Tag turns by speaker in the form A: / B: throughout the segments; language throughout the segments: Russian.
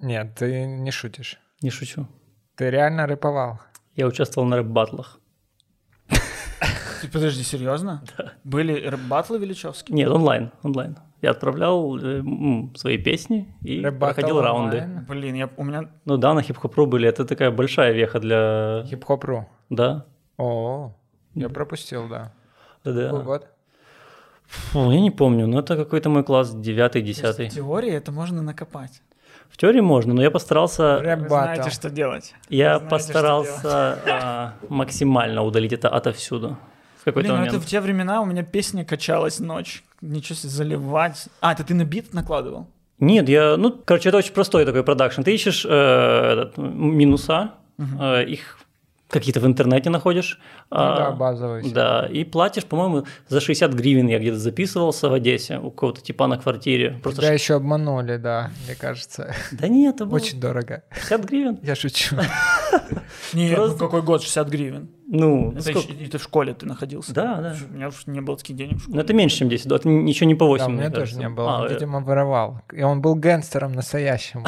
A: Нет, ты не шутишь.
B: Не шучу.
A: Ты реально рэповал.
B: Я участвовал на рэп-батлах.
C: Ты Подожди, серьезно? Были рэп-батлы величевские?
B: Нет, онлайн, онлайн. Я отправлял э, м, свои песни и
A: Рэп-батл
B: проходил раунды.
A: онлайн?
C: Блин, я, у меня...
B: Ну да, на хип-хоп.ру были. Это такая большая веха для...
A: Хип-хоп.ру.
B: Да,
A: О, я пропустил, да.
B: да,
A: Какой
B: да.
A: год?
B: Фу, я не помню, но это какой-то мой класс, девятый,
C: В
B: десятый.
C: теории это можно накопать.
B: В теории можно, но я постарался...
C: Вы
A: Рэп
C: знаете,
A: батл.
C: что делать.
B: Я
C: Знаете, что
B: постарался а, максимально удалить это отовсюду. В какой-то
C: Блин, ну
B: момент.
C: это в те времена у меня песня качалась ночь. Ничего себе, заливать. А, это ты на бит накладывал?
B: Нет, я. Ну, короче, это очень простой такой продакшн. Ты ищешь э, этот, минуса, э, их какие-то в интернете находишь.
A: Ну
B: а,
A: да, базовый. всё.
B: Да, и платишь, по-моему, за 60 гривен я где-то записывался в Одессе у какого-то типа на квартире. Просто
A: Тебя
B: ш-
A: еще обманули, да, мне кажется.
B: Да нет, это было
A: Очень дорого.
B: 50 гривен.
A: Я шучу.
C: Нет,
B: Просто-
C: ну какой год, 60 гривен.
B: Ну,
C: Это
B: сколько?
C: еще- это в школе ты находился?
B: Да, да.
C: У меня уж не было таких денег в школе.
B: Ну, это меньше, чем 10, да, это ничего не по 8.
A: Да, у меня тоже не было.
B: А,
A: Он, видимо, воровал. И он был гэнгстером настоящим.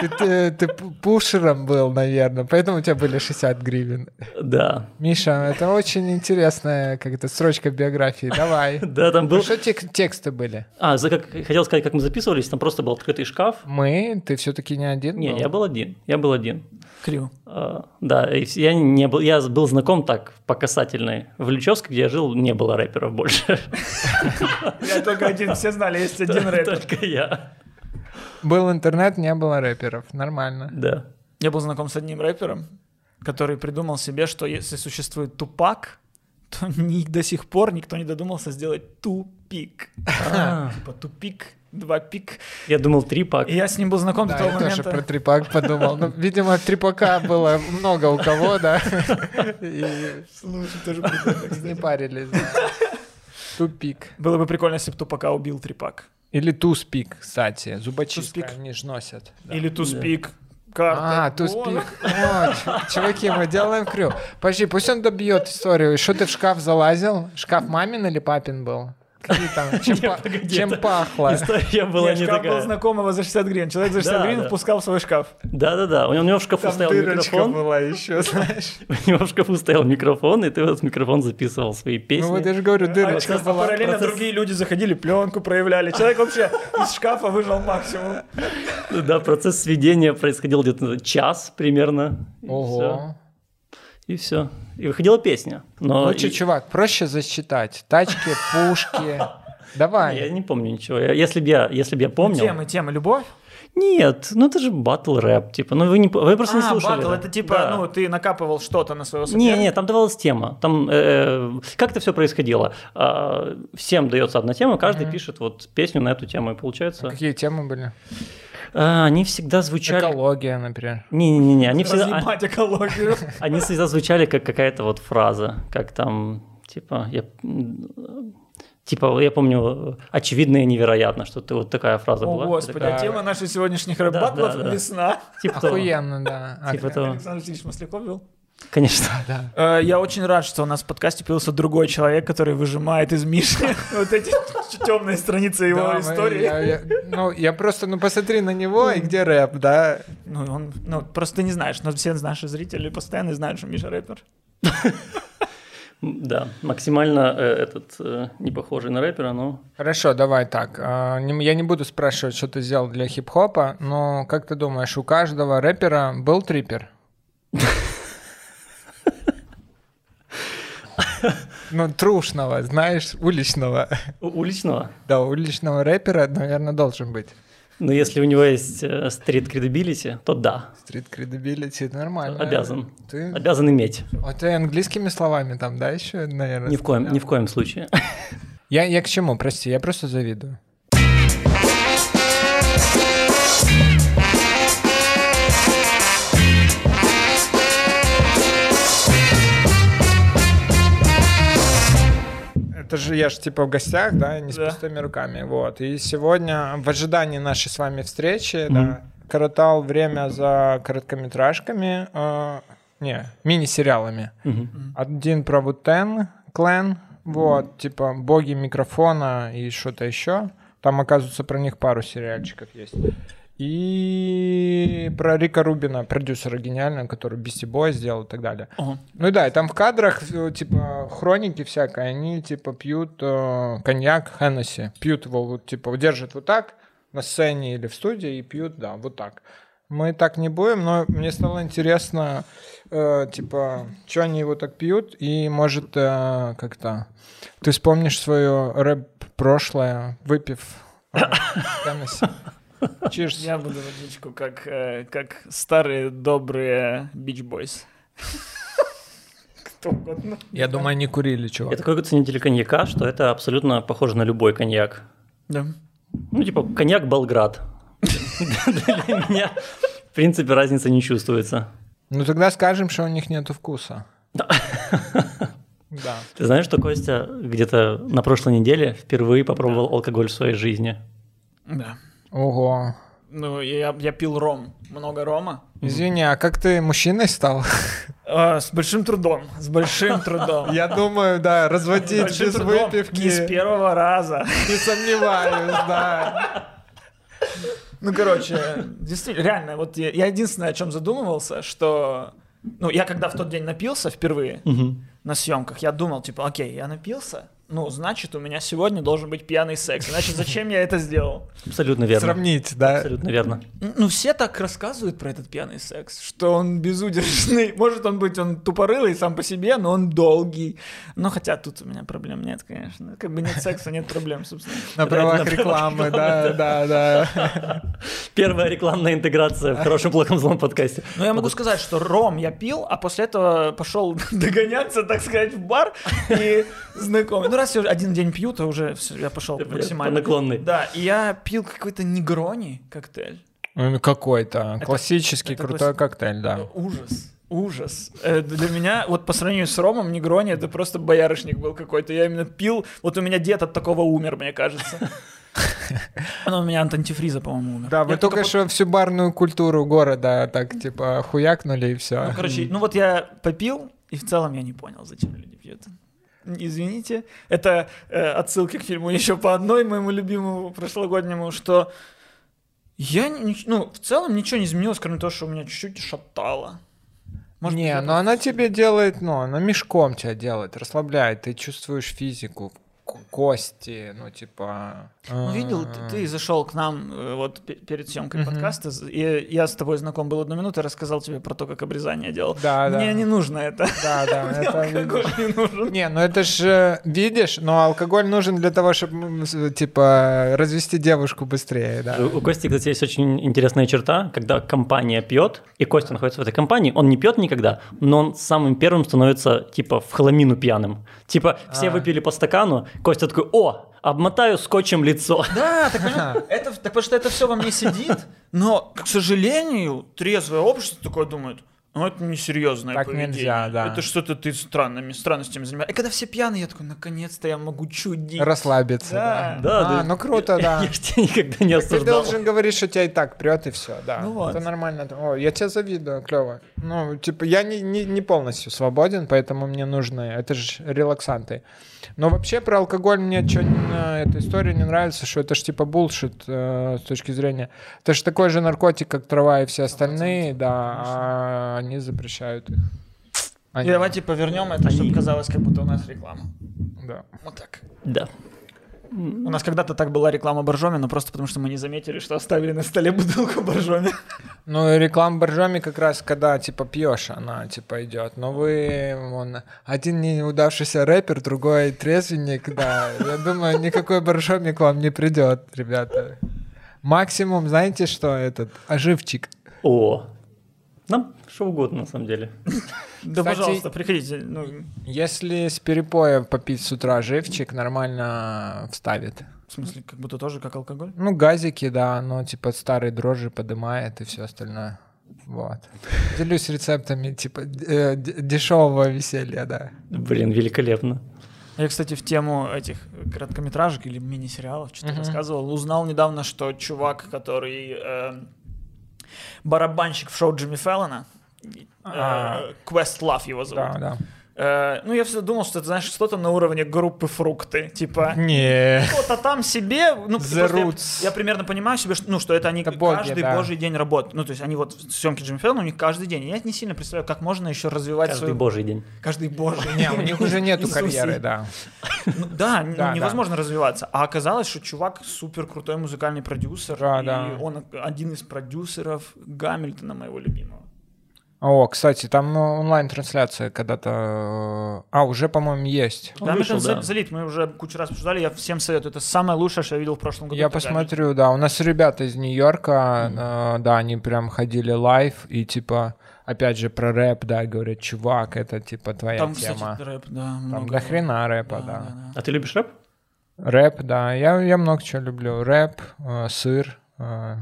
A: Ты, ты- ты пу- пушером был, наверное, поэтому у тебя были 60 гривен.
B: э, да.
A: Миша, это очень интересная как-то строчка биографии. Давай.
B: Да, там был.
A: Что тек- тексты были?
B: А, за как хотел сказать, как мы записывались, там просто был открытый шкаф.
A: Мы? Ты все-таки не один
B: Не,
A: был?
B: я был один. Я был один.
C: Криво.
B: А, Да, и вс- я не был, я был знаком так по касательной. В Лючевске, где я жил, не было рэперов больше.
C: Я только один, все знали, есть один рэпер.
B: Только я.
A: Был интернет, не было рэперов. Нормально.
B: Да.
C: Я был знаком с одним рэпером, который придумал себе, что если существует тупак, то ни- до сих пор никто не додумался сделать тупик.
B: А,
C: Типа тупик, два пик.
B: Я думал, три пак.
C: И я с ним был знаком до
A: Да,
C: того
A: я тоже про
C: момента.
A: трипак подумал. Ну, видимо, трипака было много у кого, да? И
C: Слушай, тоже прикольно,
A: не
C: кстати.
A: парились. да. Тупик.
C: Было бы прикольно, если бы тупака убил трипак.
A: Или туспик, кстати. Зубочистка
C: Туспик.
A: они ж носят. да.
C: Или туспик. Карта.
A: А, туспик. О, ч- чуваки, мы делаем крюк. Подожди, пусть он добьет историю. Что ты в шкаф залазил? Шкаф мамин или папин был? Какие там? Чем,
B: Не,
A: па-
B: погоди,
A: чем
B: это-
A: пахло?
B: История была
C: Была
B: не
C: шкаф был
B: такая.
C: знакомого за 60 гривен. Человек за 60
B: Да,
C: гривен
B: да.
C: впускал в свой шкаф.
B: Да-да-да, у него у него в шкафу стоял микрофон,
A: была еще, знаешь.
B: у него в шкафу стоял микрофон, и ты в этот микрофон записывал свои
A: Ну вот
B: песни.
A: я же говорю,
C: А
A: дырочка
C: а
A: была.
C: параллельно
B: процесс-
C: другие люди заходили, пленку проявляли. Человек вообще из шкафа выжил максимум.
B: Да, процесс сведения происходил где-то час примерно. и всё.
A: Ого.
B: И все. И выходила песня. Но
A: Лучше,
B: и-
A: Ну, чувак, проще засчитать. Тачки, пушки.
B: Я
A: Давай.
B: не помню ничего. Я- Если бы я, если б я помнил...
C: Тема, тема, любовь.
B: Нет, ну это же батл рэп, типа, ну вы не, по- вы просто не
C: а,
B: слушали.
C: батл, это типа,
B: Да.
C: ну, ты накапывал что-то на своего
B: Не,
C: соперника.
B: не, там давалась тема. Там э, как это все происходило? А, всем дается одна тема, каждый пишет вот песню на эту тему, и получается.
A: Какие темы были?
B: А, они всегда звучали.
A: Экология, например.
B: Не, не, не, они всегда, а-
C: Разъебать экологию.
B: они всегда звучали как какая-то вот фраза, как там типа я м, типа я помню очевидно и невероятно, что ты вот такая фраза
C: О,
B: была.
C: господи,
A: да.
B: Такая,
C: тема наших сегодняшних
B: да,
C: рэп-батлов
B: да.
C: «Весна».
B: типа того.
A: Охуенно, да.
B: Типа
A: Охуенно.
B: того.
C: Александр Васильевич Масляков вел.
B: Конечно.
A: Да.
C: Э, Я очень рад, что у нас в подкасте появился другой человек, который выжимает из Миши вот эти темные страницы его
A: Да, мы- я-
C: истории.
A: я- ну, я просто, ну, посмотри на него, и где рэп, да?
C: Ну, он, ну, просто ты не знаешь, но все наши зрители постоянно знают, что Миша рэпер.
B: М, Да, максимально э, этот э, не похожий на рэпера, но
A: Хорошо, давай так. А, не- Я не буду спрашивать, что ты сделал для хип-хопа, но как ты думаешь, у каждого рэпера был трипер? Ну, трушного, знаешь, уличного.
B: У- уличного.
A: Да, уличного рэпера, наверное, должен быть.
B: Но если у него есть э, стрит кредибилити, то да,
A: Стрит кредибилити, нормально.
B: обязан.
A: Ты...
B: Обязан иметь.
A: Вот ты английскими словами там, да, еще, наверное?
B: Ни в коем, ни в коем случае.
A: Я, я к чему, прости, я просто завидую. Это же я же типа в гостях, да, не с
C: Да.
A: пустыми руками. Вот. И сегодня в ожидании нашей с вами встречи, да, коротал время за короткометражками, э, не, мини-сериалами.
B: Мгм.
A: Один про Вутен клан, вот, типа боги микрофона и что-то еще. Там, оказывается, про них пару сериальчиков есть. И и про Рика Рубина, продюсера гениального, который Бисти Бой сделал и так далее.
C: Ага.
A: Ну и да, и там в кадрах, э, типа, хроники всякой, они, типа, пьют э, коньяк Хеннесси, пьют его, вот, типа, вот держат вот так на сцене или в студии и пьют, да, вот так. Мы так не будем, но мне стало интересно, э, типа, что они его так пьют, и, может, э, как-то ты вспомнишь свое рэп-прошлое, выпив э, Хеннесси. Cheers.
C: Я буду водичку, как, э, как старые добрые бич-бойс. Кто угодно.
A: Я думаю, они курили, чувак.
B: Я такой ценитель коньяка, что это абсолютно похоже на любой коньяк.
C: Да.
B: Ну, типа, коньяк Болград. Для меня, в принципе, разницы не чувствуется.
A: Ну тогда скажем, что у них нету вкуса.
B: Да.
A: Да.
B: Ты знаешь, что Костя где-то на прошлой неделе впервые попробовал алкоголь в своей жизни?
C: Да.
A: Ого.
C: Ну, я, я пил ром. Много рома.
A: Извини, а как ты мужчиной стал?
C: А, с большим трудом. С большим трудом.
A: Я думаю, да,
C: С
A: разводить
C: большим
A: без
C: трудом.
A: выпивки.
C: Не с первого раза.
A: Не сомневаюсь, да.
C: Ну, короче, действительно, реально, вот я, я единственное, о чем задумывался, что... Ну, я когда в тот день напился впервые на съемках, я думал, типа, окей, я напился, ну, значит, у меня сегодня должен быть пьяный секс. Значит, зачем я это сделал?
B: Абсолютно верно.
A: Сравнить, да.
B: Абсолютно верно.
C: Ну, все так рассказывают про этот пьяный секс, что он безудержный. Может, он быть, он тупорылый сам по себе, но он долгий. Ну, хотя тут у меня проблем нет, конечно. Как бы нет секса, нет проблем, собственно.
A: На правах
B: правах
A: рекламы, да, да, да.
B: Первая рекламная интеграция в хорошем, плохом, злом подкасте.
A: Ну,
C: Но я могу сказать, что ром я пил, а после этого пошел догоняться, так сказать, в бар и знакомый. Ну, раз я уже один день пью, то уже всё, я пошел
B: Ты, блядь,
C: максимально.
B: по наклонной.
C: Да, и я пил какой-то негрони коктейль.
A: Ну, Какой-то классический
C: это
A: крутой
C: класс-
A: коктейль, да.
C: Э, Ужас. Ужас. Э, Для меня, вот по сравнению с Ромом, Негрони это просто боярышник был какой-то. Я именно пил. Вот у меня дед от такого умер, мне кажется. Ну, у меня от антифриза, по-моему, умер.
A: Да,
C: Я
A: вы только
C: пот-
A: что всю барную культуру города так, типа, хуякнули и
C: Ну,
A: все.
C: короче, ну вот я попил, и в целом я не понял, зачем люди пьют. Извините. Это э, отсылка к фильму еще по одной моему любимому прошлогоднему, что я, ни- ну, в целом ничего не изменилось, кроме того, что у меня чуть-чуть шатало. Может быть,
A: Не,
C: я
A: но она тебе делает, ну, она мешком тебя делает, расслабляет, ты чувствуешь физику, к- кости, ну, типа...
C: Ну, видел, ты,
A: А.
C: ты зашел к нам э, вот пе- перед съемкой подкаста, з- и я с тобой знаком был одну минуту, я рассказал тебе про то, как обрезание делал.
A: Да, да.
C: Мне не нужно это.
A: а. Да, да,
C: Мне
A: это...
C: алкоголь не нужен.
A: Не, ну это же, видишь, но алкоголь нужен для того, чтобы, типа, развести девушку быстрее, да.
B: Э, У у Кости, кстати, есть очень интересная черта, когда компания пьет, и Костя находится в этой компании, он не пьет никогда, но он самым первым становится, типа, в хламину пьяным. Типа, все
A: А.
B: выпили по стакану, Костя такой, о, обмотаю скотчем лицо.
C: Да, так, понимаешь, это, так потому что это все во мне сидит, но, к сожалению, трезвое общество такое думает, ну это несерьезное
A: Так
C: поведение.
A: нельзя, да.
C: Это что-то ты странными, странностями занимаешься. И когда все пьяные, я такой, наконец-то я могу чудить.
A: Расслабиться, да.
C: Да.
B: Да,
A: А,
B: да.
A: ну круто, да.
B: Я ж тебя никогда не
A: Ты
B: осуждал.
A: должен говорить, что тебя и так прет, и все, да.
C: Ну вот.
A: Это нормально. О, я тебя завидую, клево. Ну, типа, я не, не, не полностью свободен, поэтому мне нужны, это же релаксанты. Но вообще про алкоголь мне что эта история не нравится, что это ж типа булшит э, с точки зрения... Это же такой же наркотик, как трава и все остальные, да, а они запрещают их.
C: И
A: Они-
C: давайте повернем это, чтобы казалось, как будто у нас реклама.
A: Да.
C: Вот так.
B: Да.
C: У нас когда-то так была реклама Боржоми, но просто потому что мы не заметили, что оставили на столе бутылку Боржоми.
A: Ну, и реклама боржоми как раз, когда, типа, пьешь, она, типа, идет. Но вы, он, один неудавшийся рэпер, другой трезвенник, да. Я думаю, никакой боржоми к вам не придет, ребята. Максимум, знаете, что этот? Оживчик.
B: О, нам что угодно, на самом деле.
C: Да,
A: Кстати,
C: пожалуйста, приходите. Ну,
A: Если с перепоя попить с утра живчик, нормально вставит.
C: в смысле, как будто тоже как алкоголь.
A: Ну, газики, да, оно, типа, старые дрожжи подымает и все остальное. Вот. Делюсь рецептами, типа, э, д- дешевого веселья, да.
B: Блин, великолепно.
C: Я, кстати, в тему этих короткометражек или мини-сериалов что-то
A: Мгм.
C: рассказывал. Узнал недавно, что чувак, который эм, барабанщик в шоу Джимми Фэллона,
A: А.
C: Квест Лав его зовут.
A: Да, да.
C: Э, ну, я всегда думал, что это, знаешь, что-то на уровне группы фрукты. Типа,
A: Не.
C: кто-то там себе, ну,
A: The
C: просто я-
A: Roots.
C: Я, примерно понимаю себе, что, ну, что это они
A: Это боги,
C: каждый
A: да.
C: божий день работают. Ну, то есть они вот съемки Джимми Фэллона, у них каждый день. Я не сильно представляю, как можно еще развивать
B: Каждый
C: свою...
B: божий день.
C: Каждый божий
A: Не, у них уже нету
C: Иисусе.
A: карьеры, да.
C: Ну, да, ну,
A: Да, да.
C: невозможно развиваться. А оказалось, что чувак супер крутой музыкальный продюсер.
A: Да,
C: и
A: да.
C: он один из продюсеров Гамильтона, моего любимого.
A: О, кстати, там э, онлайн-трансляция когда-то... э, А, уже, по-моему, есть.
B: Он
C: Гамильтон
B: вышел, да.
C: за- залит, мы уже кучу раз обсуждали, я всем советую. Это самое лучшее, что я видел в прошлом году.
A: Я
C: Это
A: посмотрю, да. У нас ребята из Нью-Йорка, э, да, они прям ходили лайв и типа, опять же, про рэп, да, говорят, чувак, это типа твоя
C: Гамильтон. Там,
A: тема.
C: кстати, рэп, да.
A: Там
C: много.
A: до хрена рэпа, да.
C: да, да.
B: А ты любишь рэп?
A: Рэп, да. Я, я много чего люблю. Рэп, э, сыр. э,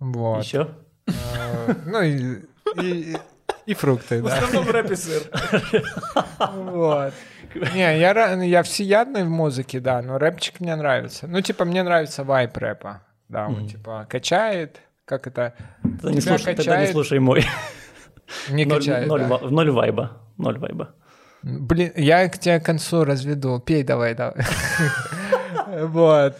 A: вот.
B: Еще?
A: Э, ну и, и, и фрукты,
C: В
A: да.
C: основном рэп и сыр.
A: Вот. Не, я, ра- я всеядный в музыке, да, но рэпчик мне нравится. Ну, типа, мне нравится вайп рэпа. Да, он,
B: Мгм.
A: типа, качает, как это?
B: Тогда не,
A: Тебя
B: слушай, тогда не
A: качает.
B: слушай мой.
A: Не
B: Ноль-
A: качает,
B: ноль
A: да.
B: ва- ноль вайба. Ноль вайба.
A: Блин, я к тебе к концу разведу. Пей давай, давай. Вот.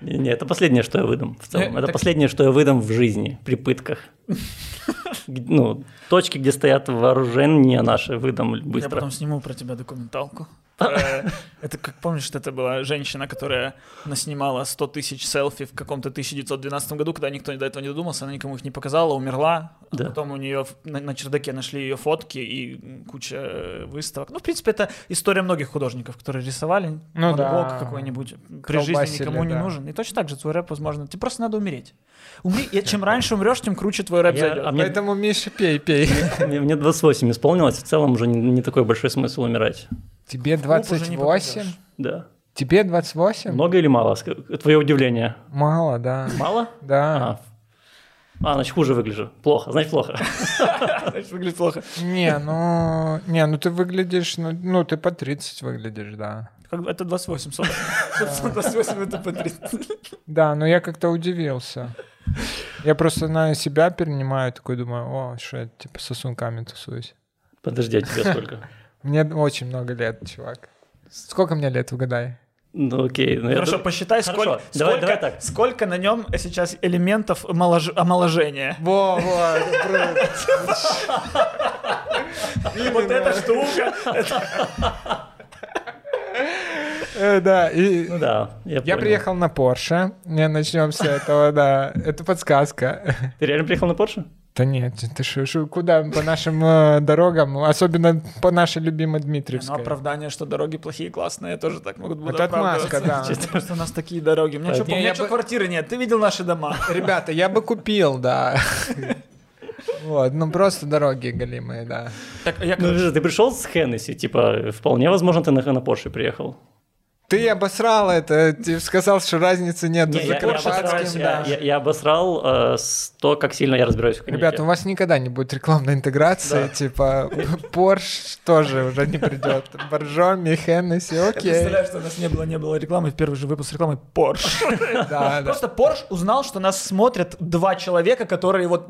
B: Не, не, это последнее, что я выдам в целом.
C: Э,
B: это
C: так-
B: последнее, что я выдам в жизни, при пытках. Г- Ну, точки, где стоят вооружения наши, выдам
C: Я
B: быстро.
C: потом сниму про тебя документалку. Э, Это, как помнишь, это была женщина, которая наснимала 100 тысяч селфи в каком-то 1912 году, когда никто до этого не додумался, она никому их не показала, умерла. А
B: Да.
C: Потом у нее в- на, на чердаке нашли ее фотки и м, куча э, выставок. Ну, в принципе, это история многих художников, которые рисовали.
A: Ну
C: Ван
A: да.
C: Гог какой-нибудь при жизни
A: Колбасили,
C: никому не
A: да.
C: нужен. И точно так же твой рэп, возможно, тебе просто надо умереть. Умри, и чем раньше умрешь, тем круче твой рэп
B: Я-
C: зайдет.
B: а мне-
A: Поэтому, Миша, пей, пей.
B: Мне мне 28 исполнилось, в целом уже не не такой большой смысл умирать.
A: Тебе
C: клуб уже
A: 28?
C: не попадешь.
B: Да.
A: Тебе 28?
B: Много или мало? Ск- Твое удивление.
A: Мало, да.
B: Мало?
A: Да.
B: А, А, значит, хуже выгляжу. Плохо, значит, плохо.
C: Знаешь, Выглядит плохо.
A: Не, ну... Не, ну ты выглядишь... Ну, ну, ты по 30 выглядишь, да.
C: Как бы это 28, собственно. 28 это по 30.
A: Да, но я как-то удивился. Я просто на себя перенимаю, такой думаю, о, что я типа сосунками тусуюсь.
B: Подожди, а тебе сколько?
A: Мне очень много лет, чувак. Сколько мне лет, угадай?
B: Ну окей. ну, я
C: Хорошо,
B: ду-
C: посчитай,
B: Хорошо,
C: сколько,
B: давай-
C: сколько,
B: давай так.
C: сколько на нем сейчас элементов омолож- омоложения.
A: Во, во, это круто.
C: И вот эта штука. это-
A: Э, Да, и...
B: Ну да, я
A: Я
B: понял.
A: приехал на Порше. Не, начнем с этого, да. Это подсказка.
B: Ты реально приехал на Порше?
A: Да нет, ты шо, шо, куда по нашим э, дорогам, особенно по нашей любимой
C: Ну,
A: Дмитриевской.
C: оправдание, что дороги плохие, классные, тоже так могут будут
A: Это отмазка, да.
C: оправдываться. Честно, Просто у нас такие дороги. У меня что,
B: А, Не,
A: я бы-
C: квартиры нет? Ты видел наши дома?
A: Ребята, я бы купил, да. Вот, ну просто дороги голимые, да.
C: Так, а я,
B: Ну,
C: короче,
B: ты пришел с Хеннесси, типа, вполне возможно, ты на, на Порше приехал.
A: Ты обосрал это, ты сказал, что разницы нет.
B: Не,
A: за
B: я, я
A: Коршатским,
B: обосрал,
A: да.
B: я, я- я обосрал, э, с то, как сильно я разбираюсь в коньяке.
C: ну,
A: Ребята, у вас никогда не будет рекламной интеграции,
B: Да.
A: типа Porsche тоже уже не придет. Боржоми, Хеннесси,
C: я
A: окей.
C: представляю, что у нас не было, не было рекламы. В первый же выпуск рекламы Porsche.
A: Да, да.
C: Просто Porsche узнал, что нас смотрят два человека, которые вот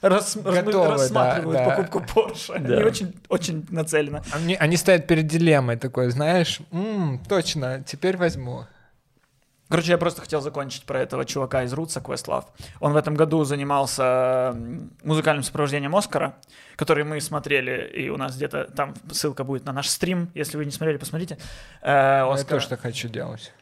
C: рас-
A: Готовы, да,
C: рассматривают
A: да.
C: покупку Porsche.
B: Да.
C: Они очень, очень нацелены.
A: Они, они стоят перед дилеммой такой, знаешь, «М, точно, теперь возьму.
C: Короче, я просто хотел закончить про этого чувака из Рутса, Квестлав. Он в этом году занимался м, музыкальным сопровождением Оскара, который мы смотрели, и у нас где-то там ссылка будет на наш стрим. Если вы не смотрели, посмотрите. Э,
B: А
A: Я
C: Оскара.
A: тоже так хочу делать.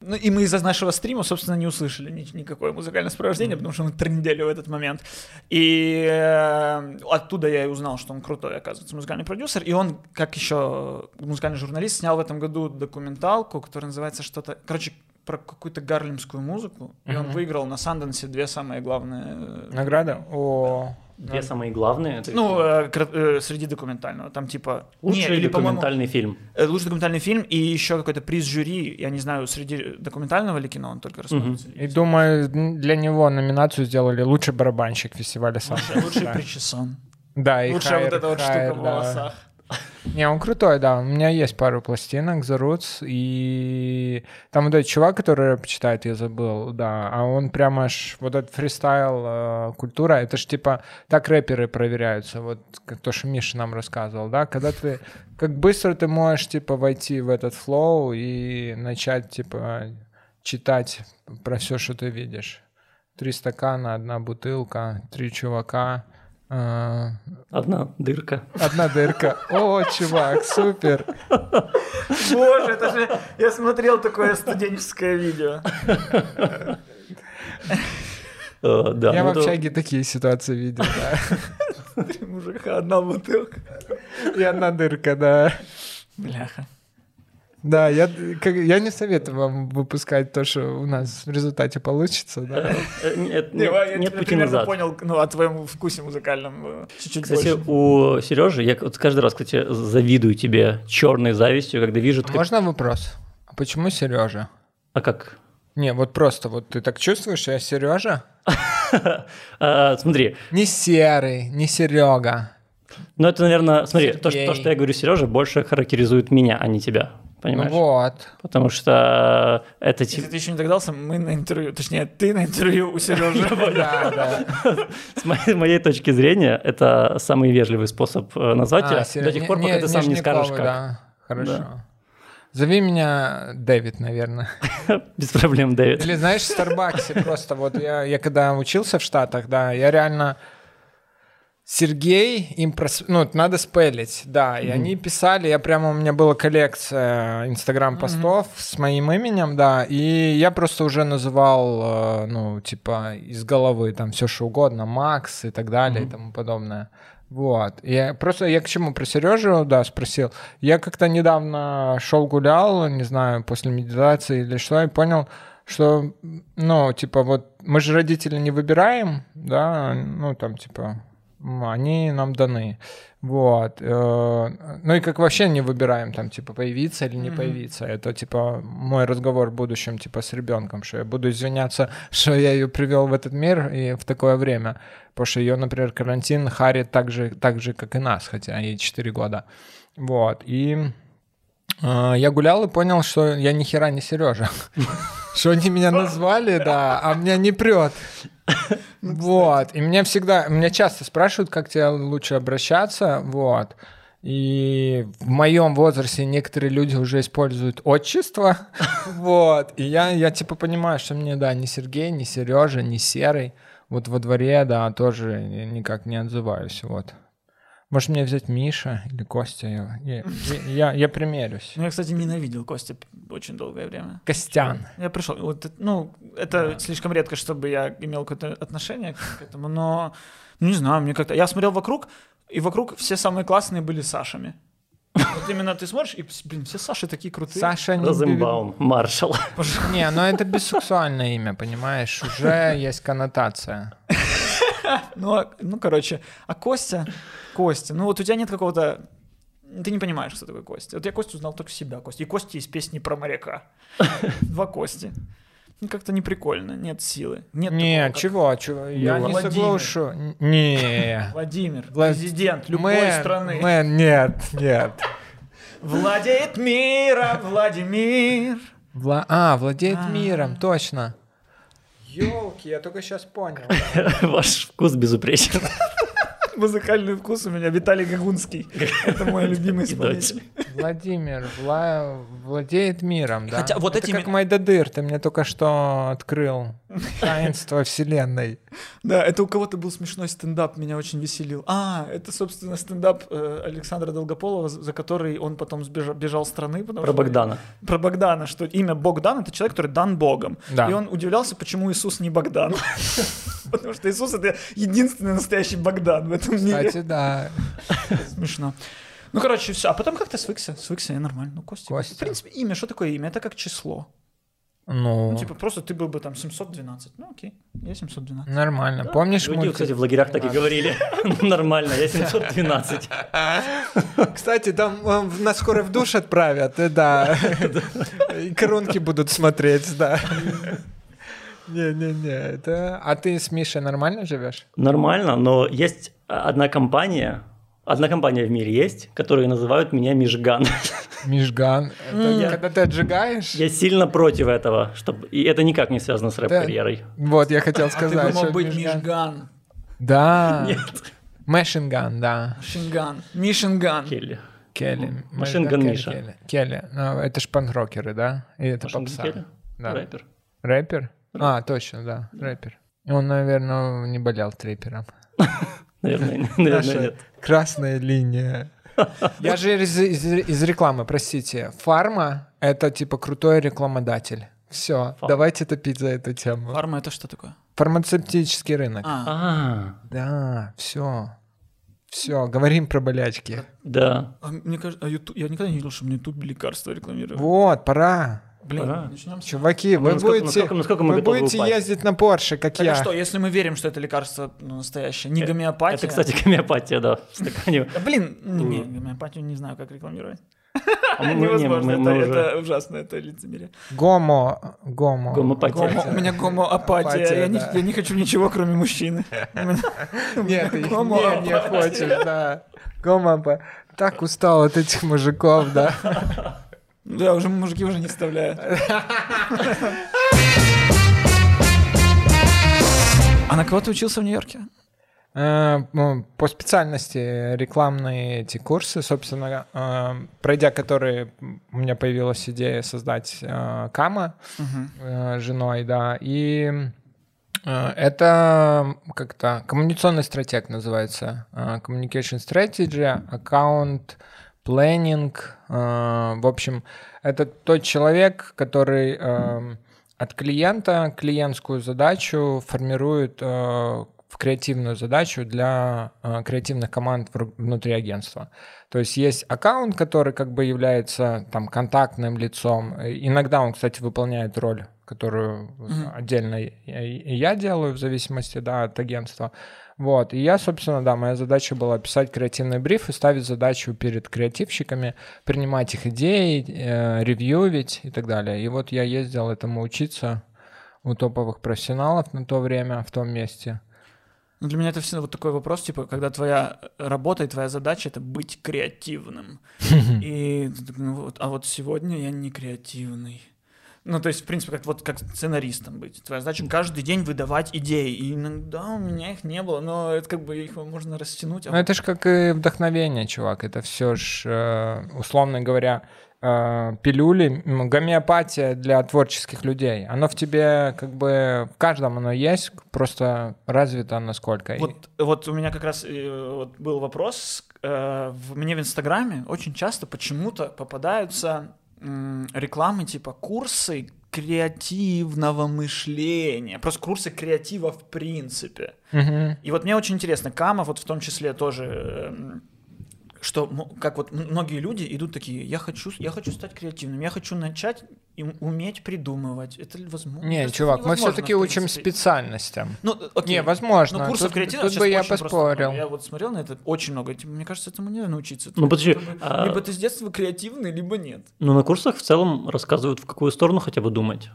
C: Ну, и мы из-за нашего стрима, собственно, не услышали ни- никакое музыкальное сопровождение, потому что мы трындели в этот момент. И э, оттуда я и узнал, что он крутой, оказывается, музыкальный продюсер. И он, как еще музыкальный журналист, снял в этом году документалку, которая называется что-то... Короче, про какую-то гарлемскую музыку. И он
A: Мгм.
C: выиграл на Санденсе две самые главные... э,
A: Награда? О,
B: Две самые главные. это-
C: Ну, э, кра- э, среди документального. Там типа...
B: лучший
C: Не, или, по-моему,
B: документальный фильм.
C: Э, Лучший документальный фильм и еще какой-то приз жюри, я не знаю, среди документального ли кино он только рассматривается.
A: и думаю, м, для него номинацию сделали лучший барабанщик фестиваля сам.
C: Лучший, лучший причесон.
A: Да, и
C: Лучшая вот
A: Хайер,
C: эта вот
A: Хайер,
C: штука в
A: да.
C: волосах.
A: Не, он крутой, да. У меня есть пару пластинок The Roots, и там вот этот чувак, который рэп читает, я забыл, да, а он прямо аж, вот этот фристайл э, культура, это ж типа так рэперы проверяются, вот как то, что Миша нам рассказывал, да, когда ты, как быстро ты можешь, типа, войти в этот флоу и начать, типа, читать про все, что ты видишь. Три стакана, одна бутылка, три чувака, э,
B: Одна дырка.
A: Одна дырка. О, чувак, супер.
C: Боже, это же... Я смотрел такое студенческое видео.
B: Э, Да,
A: Я
B: ну
A: в
B: то-
A: общаге такие ситуации видел, да.
C: Три мужика, одна бутылка.
A: И одна дырка, да.
C: Бляха.
A: Да, я, как- я не советую вам выпускать то, что у нас в результате получится, да.
B: э, Нет
C: Не, я
B: нет-
C: тебя
B: нет пути
C: примерно
B: назад.
C: понял, ну, о твоем вкусе музыкальном э, чуть-чуть
B: Кстати,
C: больше.
B: у Сережи, я вот каждый раз, кстати, завидую тебе черной завистью, когда вижу... как-
A: Можно вопрос? А почему Сережа?
B: А как?
A: Не, вот просто, вот ты так чувствуешь, что я Сережа?
B: А, Смотри,
A: Не серый, не Серега.
B: ну это, наверное, смотри, то, что, то,
A: Сергей.
B: что я говорю Сережа, больше характеризует меня, а не тебя.
A: Ну
B: Понимаешь?
A: вот.
B: Потому что это
C: Если
B: типа...
C: ты еще не догадался, мы на интервью, точнее, ты на интервью у Сережи.
A: Да, да.
B: С моей, моей точки зрения, это самый вежливый способ э, назвать тебя
A: А, Серё-
B: до тех пор, пока ты сам не
A: Нижниковый,
B: скажешь, как.
A: Да, хорошо.
B: Да.
A: Зови меня Дэвид, наверное.
B: Без проблем, Дэвид.
A: Или знаешь, в Старбаксе просто вот я, я когда учился в Штатах, да, я реально Сергей, им прос- ну, надо спелить, да, и они писали, я прямо, у меня была коллекция инстаграм-постов с моим именем, да, и я просто уже называл, э, ну, типа, из головы там все что угодно, Макс и так далее и тому подобное. Вот. Я просто я к чему про Сережу, да, спросил. Я как-то недавно шел гулял, не знаю, после медитации или что, и понял, что, ну, типа, вот мы же родители не выбираем, да, ну, там, типа, м, они нам даны. Вот. э, Ну и как вообще не выбираем, там, типа, появиться или не
C: Мгм.
A: появиться. Это, типа, мой разговор в будущем, типа, с ребенком, что я буду извиняться, что я ее привел в этот мир и в такое время. Потому что ее, например, карантин харит так же, так же, как и нас, хотя ей 4 года. Вот. И э, я гулял и понял, что я ни хера не Сережа. Что они меня назвали, да, а меня не прет. Вот. И меня всегда, меня часто спрашивают, как тебе лучше обращаться, вот. И в моем возрасте некоторые люди уже используют отчество, вот. И я, я типа понимаю, что мне, да, не Сергей, не Сережа, не Серый. Вот во дворе, да, тоже ни- никак не отзываюсь, вот. Может мне взять Миша или Костя? Я, я, я- я- я примерюсь.
C: Ну, я, кстати, ненавидел Костя очень долгое время.
A: Костян.
C: Я пришел. Вот, это- ну, это слишком редко, чтобы я имел какое-то отношение к этому, но ну, не знаю, мне как-то. Я смотрел вокруг, и вокруг все самые классные были Сашами. Вот именно ты смотришь, и, блин, все Саши такие крутые.
A: Саша не
B: Розенбаум, маршал.
A: бери- Не, ну это бессексуальное имя, понимаешь? Уже есть коннотация.
C: Ну, а- ну, короче, а Костя, Костя, ну вот у тебя нет какого-то... Ты не понимаешь, кто такой Костя. Вот я Костю узнал только себя, Костя. И Костя из песни про моряка. Два Кости. Ну, как-то не прикольно, нет силы. Нет,
A: не,
C: такого, как
A: чего, чего? Я не
C: Владимир.
A: соглашу. Н- Не.
C: Владимир,
A: Влад-
C: президент любой
A: Мэн,
C: страны.
A: Мэн, нет, нет.
C: Владеет миром, Владимир.
A: Вла- А, владеет
C: А.
A: миром, точно. Елки, я только сейчас понял.
B: Ваш вкус безупречен.
C: Музыкальный вкус у меня Виталий Гагунский. Это мой любимый исполнитель.
A: Владимир вла- владеет миром, да?
C: Хотя вот
A: Это
C: эти
A: как
C: ми-
A: Майдадыр, ты мне только что открыл таинство вселенной.
C: Да, это у кого-то был смешной стендап, меня очень веселил. А, это, собственно, стендап э, Александра Долгополова, за за который он потом сбежал, бежал с страны. потому
B: Про
C: что-
B: Богдана.
C: Про Богдана, что имя Богдан — это человек, который дан Богом.
A: Да.
C: И он удивлялся, почему Иисус не Богдан. Потому что Иисус — это единственный настоящий Богдан в этом мире.
A: Кстати, да.
C: Смешно. Ну, короче, все. А потом как-то свыкся. Свыкся, я нормально. Ну, Костя.
A: Костя.
C: В принципе, имя. Что такое имя? Это как число. Ну,
A: Ну,
C: типа, просто ты был бы там 712. Ну, окей. Я 712.
A: нормально. Помнишь
B: Люди,
A: мультик?
B: кстати, в лагерях так и говорили. Ну, Нормально, я 712.
A: Кстати, там э, в- нас скоро в душ отправят, э, да. И коронки будут смотреть, да. Не-не-не, это... А ты с Мишей нормально живешь?
B: Нормально, но есть одна компания, Одна компания в мире есть, которые называют меня Мижган.
A: Мижган. Это
B: Я-
A: Когда ты отжигаешь...
B: Я сильно против этого, чтобы и это никак не связано с рэп-карьерой.
A: Вот, я хотел
C: А ты бы
A: сказать,
C: мог
A: что
C: быть
A: Мижган.
C: Мишган.
A: Да.
B: Нет,
A: Мэшинган, да.
C: Шинган. Мишинган.
B: Келли.
A: Келли.
B: Machine Gun
A: Мэшинган
B: Миша.
A: Келли. Келли. Ну, Это ж панк-рокеры, да? И это
B: Машин
A: попса.
B: Келли?
A: Да.
B: Рэпер.
A: Рэпер? А, точно, да, рэпер. Он, наверное, не болел трэпером.
B: Наверное, наверное
A: Наша
B: нет.
A: Красная линия. Я же из, из- из рекламы, простите. Фарма — это типа крутой рекламодатель. Все,
B: Фарм.
A: давайте топить за эту тему.
C: Фарма это что такое?
A: Фармацевтический рынок.
C: А,
B: А,
A: Да, все. Все, говорим про болячки.
B: да.
C: а мне кажется, а Ютуб- я никогда не видел, что на Ютубе лекарства рекламировали.
A: Вот, пора.
C: Блин,
B: Пора.
C: начнем с...
A: Чуваки, вы
B: насколько-
A: будете,
B: насколько- насколько мы
A: вы
B: готовы
A: будете
B: упасть?
A: ездить на Порше, как
C: Так а
A: я.
C: что, если мы верим, что это лекарство ну, настоящее, не
B: Э,
C: гомеопатия?
B: Это, кстати, гомеопатия, да. В стакане.
C: Да, блин, не, не,
B: Мгм.
C: гомеопатию не знаю, как рекламировать.
B: А мы- мы- не,
C: Невозможно,
B: мы-
C: это,
B: мы уже-
C: это ужасно, это лицемерие.
A: Гомо, гомо.
B: Гомопатия.
C: Гомо- у меня гомоопатия,
A: Апатия,
C: я, не,
A: да.
C: я не хочу ничего, кроме мужчины.
A: Нет, ты их не, не
C: Гомоапатия.
A: хочешь, да. Гомопа. Так устал от этих мужиков, да.
C: Ну Да, уже мужики уже не вставляют. А на кого ты учился в Нью-Йорке?
A: Э, ну, По специальности рекламные эти курсы, собственно, э, пройдя которые м, у меня появилась идея создать э, Кама э, женой, да, и э, это как-то коммуникационный стратег называется, э, communication strategy, аккаунт, planning, э, в общем, это тот человек, который эм, от клиента клиентскую задачу формирует э, в креативную задачу для э, креативных команд вру- внутри агентства. То есть есть аккаунт, который как бы является там контактным лицом. И Иногда он, кстати, выполняет роль, которую
C: Мгм.
A: отдельно и- и я делаю в зависимости да, от агентства. Вот. И я, собственно, да, моя задача была писать креативный бриф и ставить задачу перед креативщиками, принимать их идеи, э, ревьювить и так далее. И вот я ездил этому учиться у топовых профессионалов на то время, в том месте.
C: Ну, Для меня это всегда вот такой вопрос, типа, когда твоя работа и твоя задача — это быть креативным. И ты такой, ну вот, а вот сегодня я не креативный. Ну, то есть, в принципе, как, вот, как сценаристом быть. Твоя задача каждый день выдавать идеи. И иногда у меня их не было, но это как бы их можно растянуть. а
A: Ну, это же как и вдохновение, чувак. Это все ж, э, условно говоря, э, пилюли, м, гомеопатия для творческих людей. Оно в тебе, как бы, в каждом оно есть, просто развито насколько. И-
C: Вот, вот у меня как раз э, вот был вопрос. э, в- мне в Инстаграме очень часто почему-то попадаются м, рекламы типа курсы креативного мышления. Просто курсы креатива в принципе.
A: Мгм.
C: И вот мне очень интересно, Кама вот в том числе тоже... эм, что м- как вот м- многие люди идут такие, я хочу, с- я хочу стать креативным, я хочу начать и м- уметь придумывать. Это ли возможно?
A: Не,
C: Кажется,
A: чувак, мы
C: невозможно,
A: все-таки
C: в
A: учим
C: принципе.
A: специальностям.
C: Ну, э, окей.
A: Не, возможно.
C: Ну, курсов
A: тут,
C: креативного
A: тут
C: сейчас
A: бы я
C: очень просто
A: поспорил.
C: много. Я вот смотрел на это очень много. Типа, Мне кажется, этому не научиться.
B: Ну, подожди,
C: Либо-
B: а-
C: Либо ты с детства креативный, либо нет.
B: Но Ну, на курсах в целом рассказывают, в какую сторону хотя бы думать.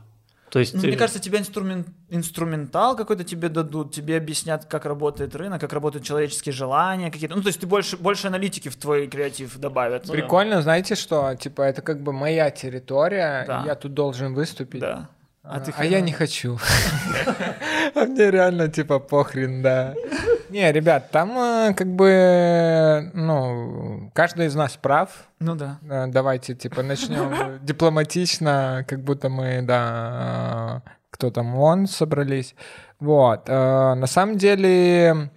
B: То есть, э,
C: Ну,
B: ты-
C: мне кажется, тебе инструмен- инструментал какой-то тебе дадут, тебе объяснят, как работает рынок, как работают человеческие желания какие-то. Ну, то есть ты больше, больше аналитики в твой креатив добавят.
B: Ну,
A: Прикольно, знаете что? Типа, это как бы моя территория,
C: Да.
A: и я тут должен выступить.
C: Ну, Да.
A: А,
C: ты
A: а я
C: хрена-
A: не хочу. А мне реально типа похрен, да. Не, ребят, там э, как бы, ну, каждый из нас прав.
C: Ну да.
A: Э, Давайте, типа, начнем дипломатично, как будто мы, да, э, кто там, он собрались. Вот. э, На самом деле,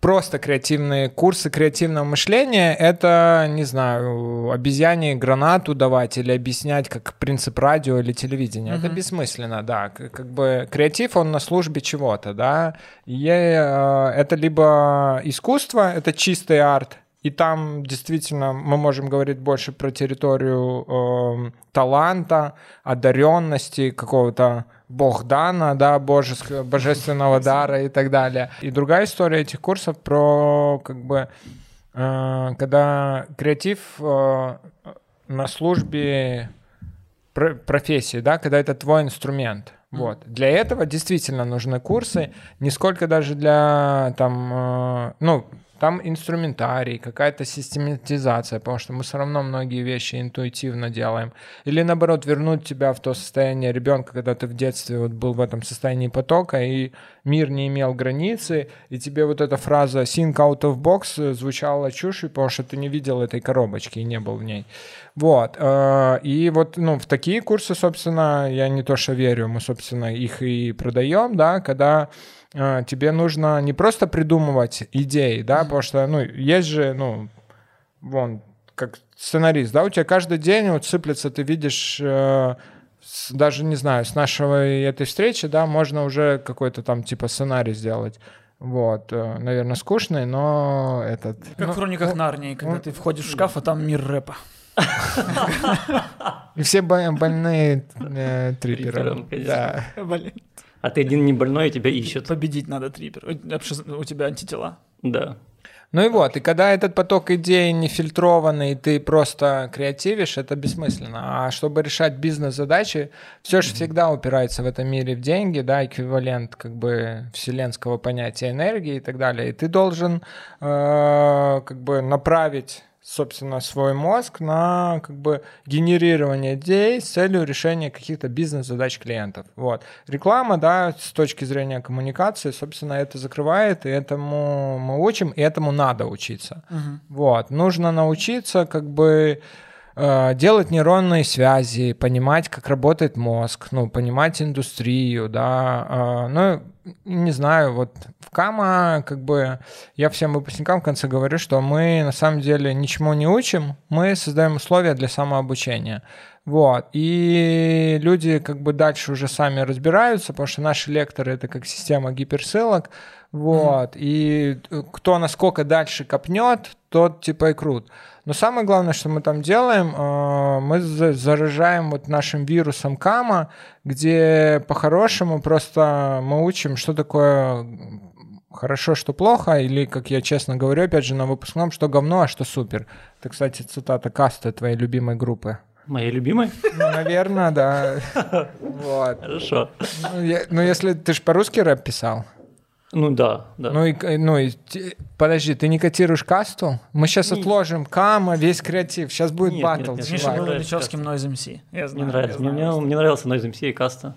A: просто креативные курсы креативного мышления — это, не знаю, обезьяне гранату давать или объяснять как принцип радио или телевидения. Это
C: Мгм.
A: бессмысленно, да. К- Как бы креатив, он на службе чего-то, да. И, э, это либо искусство, это чистый арт, и там действительно мы можем говорить больше про территорию эм, таланта, одаренности, какого-то богдана, да, божеск- божественного дара и так далее. И другая история этих курсов про как бы э, когда креатив э, на службе про- профессии, да, когда это твой инструмент. Вот. Для этого действительно нужны курсы, не сколько даже для там, э, ну, Там инструментарий, какая-то систематизация, потому что мы все равно многие вещи интуитивно делаем. Или наоборот, вернуть тебя в то состояние ребенка, когда ты в детстве вот был в этом состоянии потока, и мир не имел границы, и тебе вот эта фраза «think out of box» звучала чушью, потому что ты не видел этой коробочки и не был в ней. Вот. э, И вот ну, в такие курсы, собственно, я не то что верю, мы, собственно, их и продаем, да, когда э, тебе нужно не просто придумывать идеи, да, потому что, ну, есть же, ну, вон, как сценарист, да, у тебя каждый день вот сыплется, ты видишь, э, с- даже не знаю, с нашего и этой встречи, да, можно уже какой-то там типа сценарий сделать. Вот, э, наверное, скучный, но этот...
C: Как
A: ну,
C: в хрониках Нарнии, когда
A: он-
C: ты входишь в шкаф, а там мир рэпа.
A: И все бо- больные э, трипером.
B: Трипером, конечно.
A: Да.
C: Блин.
B: А ты один не больной, и тебя ищут.
C: Победить надо трипер. У- вообще, У тебя антитела.
B: Да.
A: Ну и вот, и когда этот поток идей не фильтрованный, и ты просто креативишь, это бессмысленно. А чтобы решать бизнес-задачи, все же всегда упирается в этом мире в деньги, да, эквивалент как бы вселенского понятия энергии и так далее. И ты должен э, как бы направить собственно, свой мозг на как бы генерирование идей с целью решения каких-то бизнес-задач клиентов. Вот. Реклама, да, с точки зрения коммуникации, собственно, это закрывает, и этому мы учим, и этому надо учиться. Вот. Нужно научиться как бы э, делать нейронные связи, понимать, как работает мозг, ну, понимать индустрию, да, э, ну, не знаю, вот в Кама, как бы, я всем выпускникам в конце говорю, что мы на самом деле ничему не учим, мы создаем условия для самообучения. Вот. И люди как бы дальше уже сами разбираются, потому что наши лекторы — это как система гиперссылок, вот. И э, кто насколько дальше копнет, тот типа и крут. Но самое главное, что мы там делаем, э, мы за- заражаем вот нашим вирусом Кама, где по-хорошему просто мы учим, что такое хорошо, что плохо, или, как я честно говорю, опять же, на выпускном, что говно, а что супер. Это, кстати, цитата каста твоей любимой группы.
B: Моей любимой?
A: Ну, наверное, да. Вот.
B: Хорошо.
A: Ну, я- Ну, если ты же по-русски рэп писал.
B: Ну да, да.
A: Ну и, к- ну и те- подожди, ты не котируешь касту? Мы сейчас
B: Не.
A: отложим кама, весь креатив. Сейчас будет
B: Нет,
A: батл.
B: нет, нет,
C: Миша
B: Чувак.
C: был
A: чувак.
B: нет.
C: Ильичевским Noise MC. Я знаю.
B: мне нравится.
C: я
B: Мне,
C: знаю.
B: мне- мне нравился Noise MC и Каста.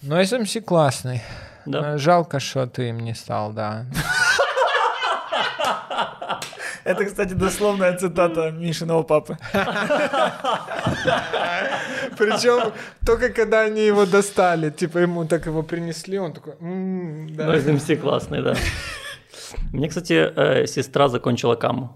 A: Ну, SMC классный.
B: Да.
A: Э, Жалко, что ты им не стал, да.
C: Это, кстати, дословная цитата Мишиного папы.
A: Причем только когда они его достали, типа ему так его принесли, он такой, «М, да».
B: Noise MC Ну, классный, да. Мне, кстати, э, сестра закончила каму.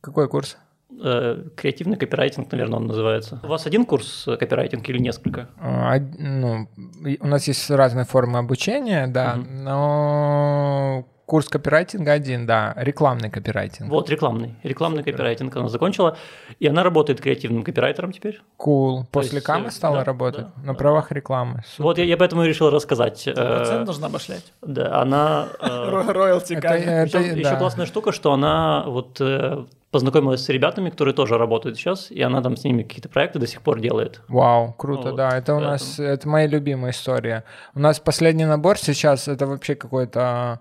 A: Какой курс?
B: Э, Креативный копирайтинг, наверное, он называется. У вас один курс э, копирайтинг или несколько?
A: А, од- ну, и- у нас есть разные формы обучения, да, но курс копирайтинга один, да, рекламный копирайтинг.
B: Вот, рекламный. Рекламный копирайтинг она закончила. И она работает креативным копирайтером теперь.
A: Кул. После
B: есть,
A: камы
B: э,
A: стала
B: да,
A: работать
B: да,
A: на правах рекламы.
B: Вот я, я поэтому и решил рассказать. Э,
C: Процент должна обошлять.
B: Да, она... э,
C: Ро- Роялти
A: Это,
C: камень.
A: это,
B: Причем еще
A: да.
B: классная штука, что она вот э, познакомилась с ребятами, которые тоже работают сейчас, и она там с ними какие-то проекты до сих пор делает.
A: Вау, круто,
B: Вот,
A: да. Это у нас, это моя любимая история. У нас последний набор сейчас, это вообще какой-то,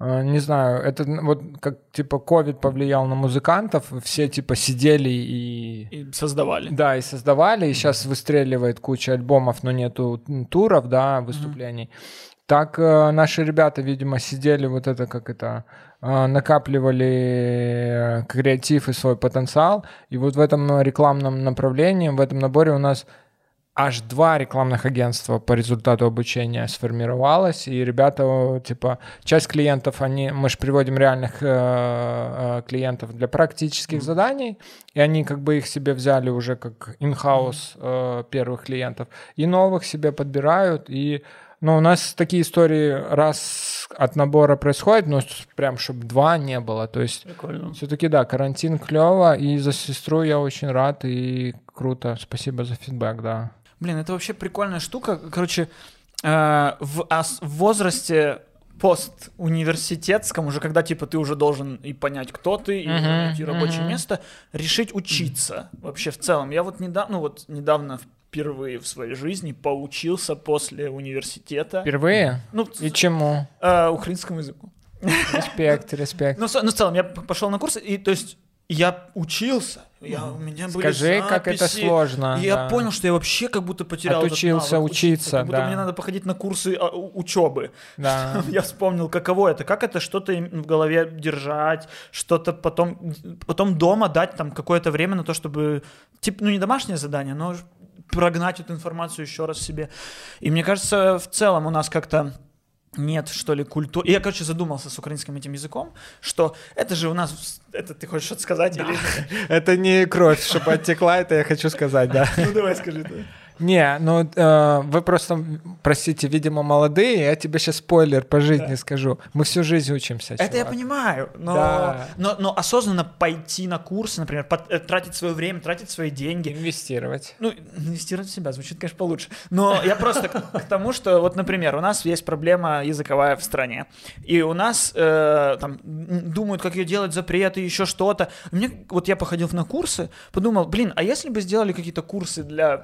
A: э, не знаю, это н- вот как типа ковид повлиял на музыкантов, все типа сидели и...
C: И создавали.
A: Да, и создавали, и сейчас выстреливает куча альбомов, но нету м, туров, да, выступлений. Так э, наши ребята, видимо, сидели вот это, как это, э, накапливали э, креатив и свой потенциал. И вот в этом рекламном направлении, в этом наборе у нас аж два рекламных агентства по результату обучения сформировалось, и ребята, о, типа, часть клиентов, они, мы же приводим реальных э, э, клиентов для практических заданий, и они как бы их себе взяли уже как in-house э, первых клиентов, и новых себе подбирают, и ну, у нас такие истории раз от набора происходят, но с- прям, чтобы два не было, то есть
B: Прикольно.
A: все-таки да, карантин клево, и за сестру я очень рад, и круто, спасибо за фидбэк, да.
C: Блин, это вообще прикольная штука. Короче, э, в ос- в возрасте пост-университетском, уже когда, типа, ты уже должен и понять, кто ты, и
A: Мгм,
C: найти рабочее
A: мгм.
C: место, решить учиться вообще в целом. Я вот недавно, ну вот недавно впервые в своей жизни поучился после университета.
A: Впервые?
C: Ну,
A: И чему?
C: э, украинскому языку.
A: Респект, респект.
C: Ну, со- ну, в целом, я п- пошел на курсы, и то есть я учился, я, у меня были
A: Скажи, как это
C: записи,
A: сложно.
C: И я
A: да.
C: понял, что я вообще как будто потерял этот
A: Отучился,
C: навык
A: учиться,
C: Как будто
A: да.
C: мне надо походить на курсы а, у- учебы.
A: Да.
C: Я вспомнил, каково это, как это что-то им в голове держать, что-то потом, потом дома дать там какое-то время на то, чтобы, типа, ну не домашнее задание, но ж прогнать эту информацию еще раз в себе. И мне кажется, в целом у нас как-то нет, что ли, культуры. Я, короче, задумался с украинским этим языком, что это же у нас... в- Это ты хочешь что-то сказать? Или...
A: Это не кровь, чтобы оттекла, это я хочу сказать, да.
C: Ну, давай скажи. ты.
A: Не, ну э, вы просто, простите, видимо, молодые, я тебе сейчас спойлер по жизни скажу. Мы всю жизнь учимся.
C: Это я
A: чувак.
C: понимаю, но,
A: Да.
C: но, но осознанно пойти на курсы, например, пот- э, тратить свое время, тратить свои деньги,
A: Инвестировать.
C: Ну, инвестировать в себя звучит, конечно, получше. Но я просто к, к тому, что вот, например, у нас есть проблема языковая в стране. И у нас э, там м, думают, как ее делать, запреты, еще что-то. Мне, вот я походил на курсы, подумал, блин, а если бы сделали какие-то курсы для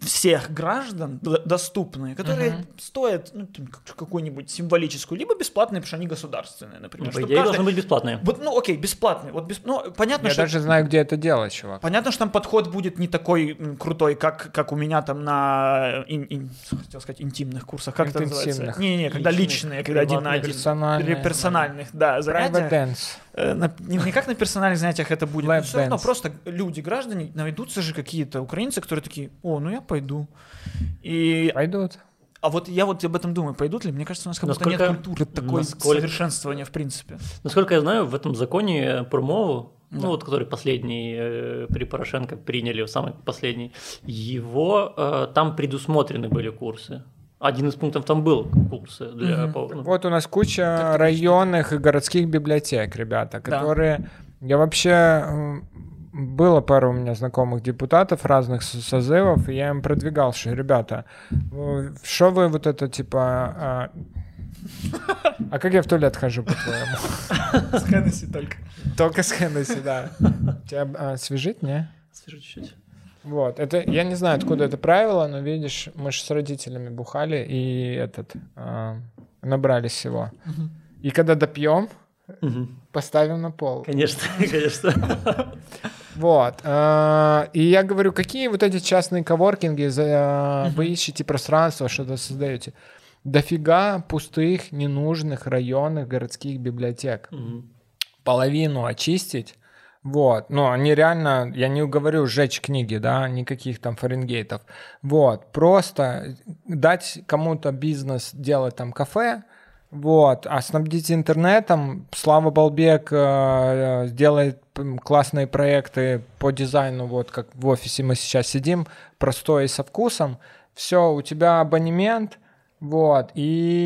C: всех граждан д- доступные, которые
A: Мгм.
C: стоят ну, там, как- какую-нибудь символическую, либо бесплатные, потому что они государственные, например.
B: По
C: Чтоб
B: идее,
C: каждый-
B: должны быть бесплатные.
C: Вот, ну, окей, бесплатные. Вот, бес- ну, понятно,
A: Я
C: что...
A: даже знаю, где это делать, чувак.
C: Понятно, что там подход будет не такой м, крутой, как, как у меня там на э, ин- ин- хотел сказать, интимных курсах. Как это
A: Интенсивных.
C: называется? Не-не, когда
B: Личных,
C: личные, когда один на один.
A: персональных.
C: Или персональных, да,
A: Private
C: занятиях.
A: dance.
C: Э, на- не, не как на персональных занятиях это будет, но
A: Lap
C: все равно
A: dance.
C: просто люди, граждане, найдутся же какие-то украинцы, которые такие, о, ну я пойду. И,
A: Пойдут.
C: а вот я вот об этом думаю, пойдут ли? Мне кажется, у нас как будто нет
B: Насколько-
C: культуры такой
B: насколько-
C: совершенствования в принципе.
B: Насколько я знаю, в этом законе про мову,
C: Да.
B: ну вот который последний э, при Порошенко приняли, самый последний, его э, там предусмотрены были курсы. Один из пунктов там был курсы для
C: Мгм.
B: по- ну,
A: Вот у нас куча
C: Так-то
A: районных и городских библиотек, ребята,
C: Да.
A: которые... Я вообще... м, Было пару у меня знакомых депутатов разных с- созывов, и я им продвигал, что, ребята, ну, что вы вот это, типа... А, а как я в туалет хожу, по-твоему?
C: С Хеннесси только.
A: Только с Хеннесси, да. Тебя а, освежить, не?
B: свяжу чуть-чуть.
A: Вот, это, я не знаю, откуда это правило, но видишь, мы же с родителями бухали и этот, а, набрались всего. И когда допьем,
B: Мгм.
A: поставим на пол.
B: Конечно, конечно.
A: Вот. а, И я говорю, какие вот эти частные коворкинги, за- а, вы ищете пространство, что-то создаете? Дофига пустых, ненужных районных городских библиотек.
B: Мгм.
A: половину очистить. Вот, но они реально, я не говорю сжечь книги, да, никаких там фаренгейтов. Вот, просто дать кому-то бизнес делать там кафе, вот, а снабдить интернетом. Слава Балбек э, делает м, классные проекты по дизайну, вот как в офисе мы сейчас сидим, простой и со вкусом. Все, у тебя абонемент, вот,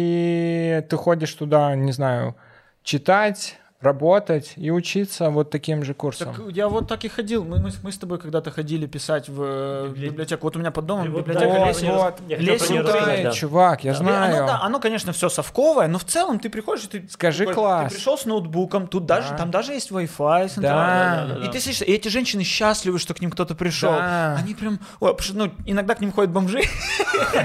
A: и ты ходишь туда, не знаю, читать, работать и учиться вот таким же курсом.
C: Так я вот так и ходил. Мы, мы, с- мы с тобой когда-то ходили писать в э,
B: Библиотеку.
C: библиотеку. Вот у меня под
A: А,
C: домом
B: И вот
C: библиотека
B: да,
A: Вот,
C: Лесина.
B: я
A: вот.
B: хотел про неё
C: Лесина
B: рассказать,
A: Крутая,
B: да.
A: чувак, я знаю.
C: Э, Оно, Ну да, оно, конечно, все совковое, но в целом ты приходишь и ты...
A: Скажи
C: такой,
A: класс.
C: Ты пришел с ноутбуком, тут даже,
A: Да.
C: там даже есть Wi-Fi с
A: Да.
C: интернетом. И ты сидишь, и эти женщины счастливы, что к ним кто-то пришел.
A: Да.
C: Они прям... ой, потому что, ну, иногда к ним ходят бомжи,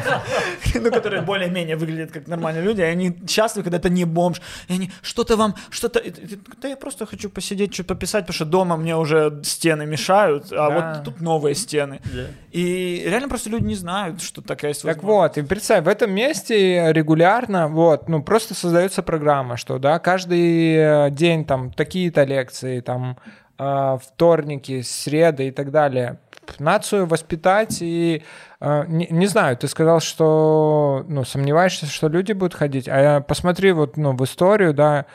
C: ну, которые более-менее выглядят как нормальные люди, и они счастливы, когда это не бомж. И они, что-то вам, что-то... и ты- ты- Да я просто хочу посидеть, что-то пописать, потому что дома мне уже стены мешают, а
A: Да.
C: вот тут новые стены.
B: Да.
C: И реально просто люди не знают, что такая есть
A: Так
C: возможность.
A: вот, и представь, в этом месте регулярно, вот, ну, просто создается программа, что, да, каждый э, день там такие-то лекции, там, э, вторники, среды и так далее. Нацию воспитать и... э, Не, не знаю, ты сказал, что, ну, сомневаешься, что люди будут ходить, а я посмотри вот, ну, в историю, да,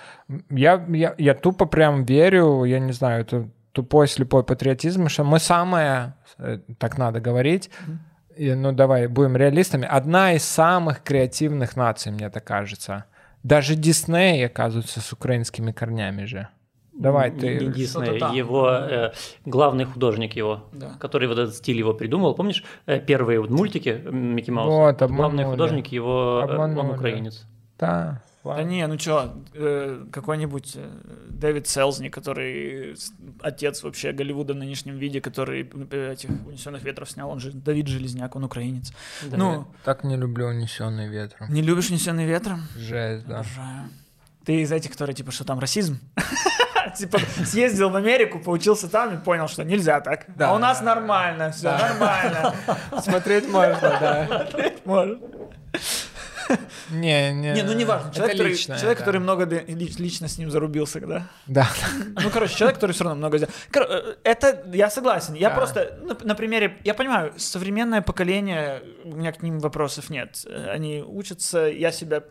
A: я, я, я тупо прям верю, я не знаю, это тупой слепой патриотизм, что мы самое, э, так надо говорить, и, ну давай будем реалистами, одна из самых креативных наций, мне так кажется. Даже Дисней, оказывается, с украинскими корнями же. Давай
B: Н-
A: ты...
B: не
C: что-то
B: Дисней,
C: там.
B: его э, главный художник его,
C: Да.
B: который вот этот стиль его придумал, помнишь э, первые вот мультики м, Микки Мауса?
A: Вот,
B: главный
A: обманули.
B: художник его, э, он
A: Обманули.
B: украинец.
A: Да,
C: Да
A: ладно.
C: не, ну чё, э, какой-нибудь э, Дэвид Селзни, который с- отец вообще Голливуда в нынешнем виде, который э, этих унесенных ветров снял, он же Давид Железняк, он украинец.
B: Да.
C: ну,
A: Так не люблю унесенный ветром.
C: не любишь унесенный ветром?
A: Жесть, да.
C: Обожаю. Ты из этих, которые типа, что там расизм? Типа съездил в Америку, поучился там и понял, что нельзя так.
A: Да.
C: А у нас нормально, все
A: Да.
C: нормально.
A: Смотреть можно, да.
C: Можно.
A: Не, не.
C: Не, ну неважно.
A: Это
C: Человек, который,
A: личное,
C: человек,
A: да.
C: который много де- лич- лично с ним зарубился, да?
A: Да.
C: Ну, короче, человек, который все равно много сделал. Кор- э, Это я согласен. Я
A: Да.
C: просто на, на примере, я понимаю, современное поколение, у меня к ним вопросов нет. Э, Они учатся, я себя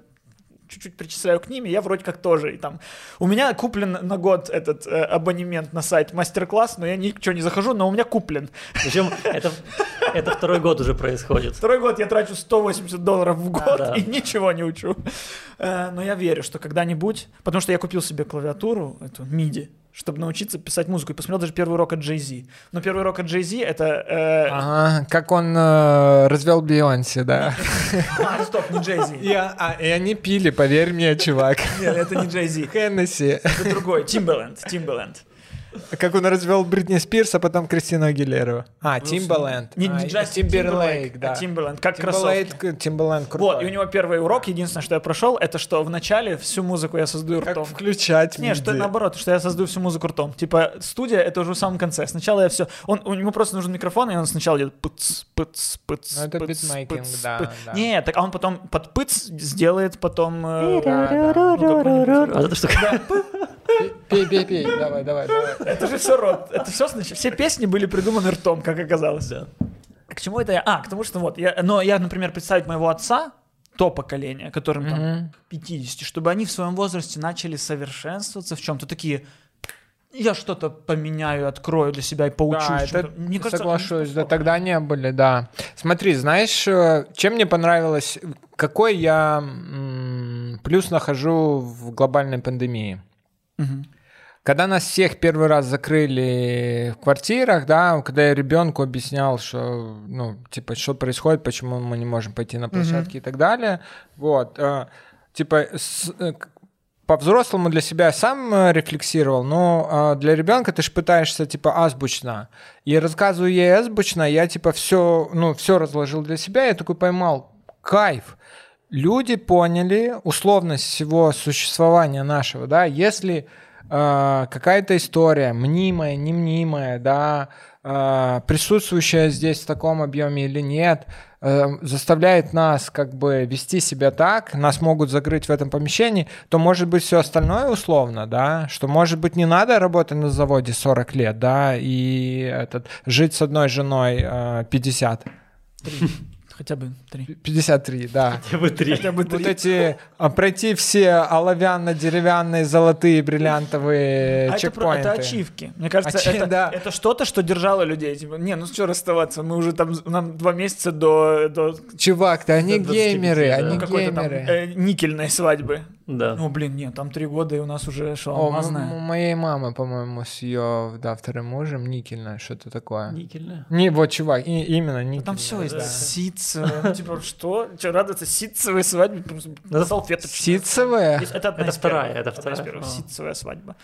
C: чуть-чуть причисляю к ним, и я вроде как тоже. И там. У меня куплен на год этот э, абонемент на сайт мастер-класс, но я ничего не захожу, но у меня куплен.
B: Причем это, это второй год уже происходит.
C: Второй год я трачу 180 долларов в год
B: да.
C: и ничего не учу. Э, Но я верю, что когда-нибудь... Потому что я купил себе клавиатуру, эту MIDI, чтобы научиться писать музыку. И посмотрел даже первый урок от Jay-Z. Но первый урок от Jay-Z это... э,
A: Ага, как он э, развел Бейонсе, да.
C: а, стоп, не Jay-Z.
A: Я, а, и они пили, поверь мне, чувак.
C: Нет, это не Jay-Z.
A: Хеннесси.
C: Это другой, Timbaland, Timbaland.
A: Как он развел Бритни Спирс, а потом Кристину Агилеру. А, Тимбаленд.
C: Ну, Не
A: А, и
C: Джастин
A: Тимберлейк, да.
C: а Timbaland, как кроссовки.
A: Тимберлейк, Тимбаленд крутой.
C: Вот, и у него первый урок, единственное, что я прошел, это что в начале всю музыку я создаю
A: Как
C: ртом.
A: включать
C: Не, что
A: MIDI?
C: наоборот, что я создаю всю музыку ртом. Типа, студия это уже в самом конце. Сначала я все. Он, у него просто нужен микрофон, и он сначала идет пыц, пыц, пыц.
A: Ну, это
C: пыц,
A: битмейкинг,
C: пыц,
A: да,
C: пыц.
A: да.
C: Не, так а он потом под пыц сделает потом. э,
B: А это что?
A: Пей, пей, пей, давай, давай, давай.
C: Это же все рот. Это все значит. Все песни были придуманы ртом, как оказалось. К чему это я? А, к тому, что вот. Я, но я, например, представить моего отца, то поколение, которым там
A: Мгм.
C: 50, чтобы они в своем возрасте начали совершенствоваться в чем-то такие. Я что-то поменяю, открою для себя и поучусь.
A: Да, это
C: чему-то». Мне кажется,
A: соглашусь,
C: они
A: да, тогда не были, да. Смотри, знаешь, э, чем мне понравилось, какой я м, плюс нахожу в глобальной пандемии?
C: Мгм.
A: Когда нас всех первый раз закрыли в квартирах, да, когда я ребенку объяснял, что, ну, типа, что происходит, почему мы не можем пойти на площадки и так далее, вот, э, типа, с- э, к- по-взрослому для себя я сам э, рефлексировал, но э, для ребенка ты же пытаешься, типа, азбучно. И рассказываю ей азбучно, я, типа, все, ну, все разложил для себя, я такой поймал, кайф. Люди поняли условность всего существования нашего, да, если э, какая-то история, мнимая, не мнимая, да, э, присутствующая здесь в таком объеме или нет, э, заставляет нас как бы вести себя так, нас могут закрыть в этом помещении, то может быть все остальное условно, да, что может быть не надо работать на заводе 40 лет, да, и этот, жить с одной женой э, 50,
C: Хотя бы три.
A: 53, да.
B: Я бы три.
C: Хотя бы
A: Вот
C: три.
A: эти, а, пройти все оловянно-деревянные, золотые, бриллиантовые
C: А это, про-
A: чекпоинты.
C: это ачивки. Мне кажется,
A: Ачи-
C: это,
A: да.
C: это что-то, что держало людей. Типа, не, ну что расставаться, мы уже там, нам два месяца до, до
A: Чувак, да они
B: До 25,
A: геймеры,
B: да.
A: они
B: Ну,
C: какой-то там
A: геймеры.
C: э, никельной свадьбы.
B: Да.
C: Ну, блин, нет, там три года, и у нас уже что,
A: О, м-м-м. м-
C: алмазная.
A: м- моей мамы, по-моему, с ее да, вторым мужем, никельная, что-то такое.
B: Никельная.
A: Не, вот, чувак, и- именно никельная.
C: Ну, Там все есть.
B: да.
C: Ситцевые. Ну, Типа, что? Че, радоваться ситцевой свадьбе? Просто
B: Да.
C: Салфеточки.
A: Ситцевая?
C: Есть- Это,
B: Это
C: одна из первых.
B: вторая, это
C: Одна из
B: вторая.
C: первых.
B: А.
C: Ситцевая свадьба.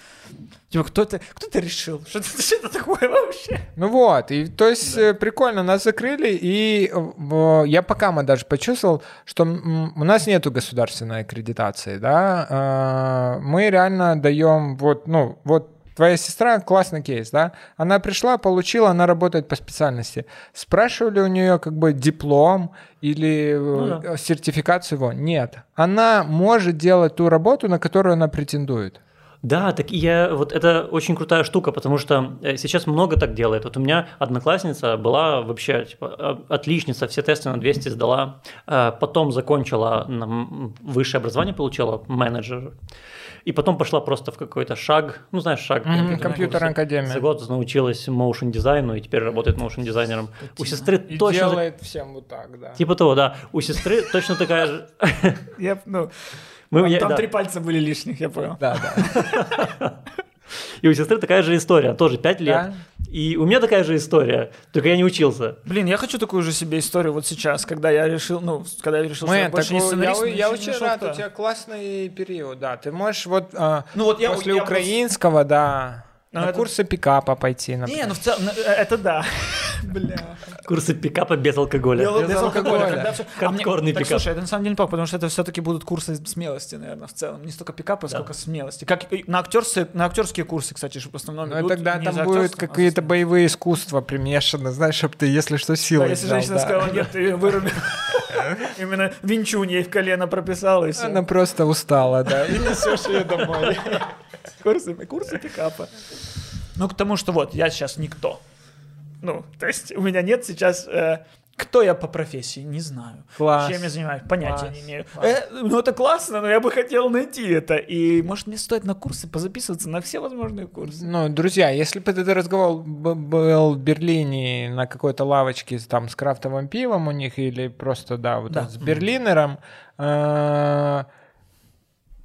C: Типа, кто это, кто это решил? Что это, что это такое вообще?
A: Ну вот, и то есть э, прикольно, нас закрыли, и э, в- я по Кама даже почувствовал, что м, у нас нету государственной аккредитации, да, э, мы реально даем вот, ну, вот твоя сестра классный кейс, да, она пришла, получила, она работает по специальности. Спрашивали у нее как бы диплом или э,
C: Ну
A: сертификацию его? Нет. Она может делать ту работу, на которую она претендует.
B: Да, так и я вот это очень крутая штука, потому что э, сейчас много так делает. Вот у меня одноклассница была вообще типа э, отличница, все тесты на 200 сдала, э, потом закончила на м- высшее образование, получила менеджер, и потом пошла просто в какой-то шаг, ну знаешь, шаг
A: Мгм,
B: компьютерные
A: компьютерная
B: курсы.
A: академия.
B: За год научилась моушен дизайну и теперь работает моушен дизайнером. У сестры
A: И
B: точно так-
A: делает всем вот так, да.
B: типа того, да, у сестры точно такая же.
C: Я, ну,
B: Мы-
C: там
B: я-
C: там
B: да.
C: три пальца были лишних, я понял.
A: Да, да.
B: И у сестры такая же история, тоже 5 лет.
A: Да.
B: И у меня такая же история, только я не учился.
C: Блин, я хочу такую же себе историю вот сейчас, когда я решил, ну, когда я решил, что я
A: Мэн,
C: больше
A: так
C: не
A: у-
C: сценарист,
A: я,
C: но
A: я
C: еще не
A: очень
C: нашел
A: рад,
C: кто.
A: у тебя классный период, да. Ты можешь вот а,
C: Ну вот я
A: после
C: я просто-
A: украинского, да.
C: Но
A: на
C: это-
A: курсы пикапа пойти,
C: Не,
A: например.
C: ну в целом, ну, э, это да. Бля.
B: Курсы пикапа без алкоголя.
C: Без,
A: без
C: алкоголя.
A: алкоголя.
C: когда всё- А мне-
B: Хардкорный
C: так,
B: пикап.
C: слушай, это на самом деле неплохо, потому что это все-таки будут курсы смелости, наверное, в целом. Не столько пикапа, сколько смелости. Как и на, актерсы, на актерские курсы, кстати, ж в основном
A: Ну,
C: идут
A: тогда
C: не
A: там
C: за
A: будут
C: актерством, а за
A: какие-то
C: смелостью.
A: боевые искусства примешаны, знаешь, чтобы ты, если что,
C: Да,
A: силой
C: если
A: взял,
C: женщина
A: да.
C: сказала нет, ты её выруби. Именно винчунь ей в колено прописала и
A: Она
C: все.
A: просто устала, да, и несешь ее домой.
C: Курсы, курсы пикапа. Ну, к тому, что вот, я сейчас никто. Ну, то есть у меня нет сейчас... э, кто я по профессии? Не знаю.
A: Класс.
C: Чем я занимаюсь? Понятия
A: Класс.
C: не имею.
A: Класс.
C: Э, ну, это классно, но я бы хотел найти это. И, может, мне стоит на курсы позаписываться на все возможные курсы.
A: Ну, друзья, если бы этот разговор б- был в Берлине на какой-то лавочке с- там с крафтовым пивом у них или просто, да, вот
C: Да.
A: с берлинером, э,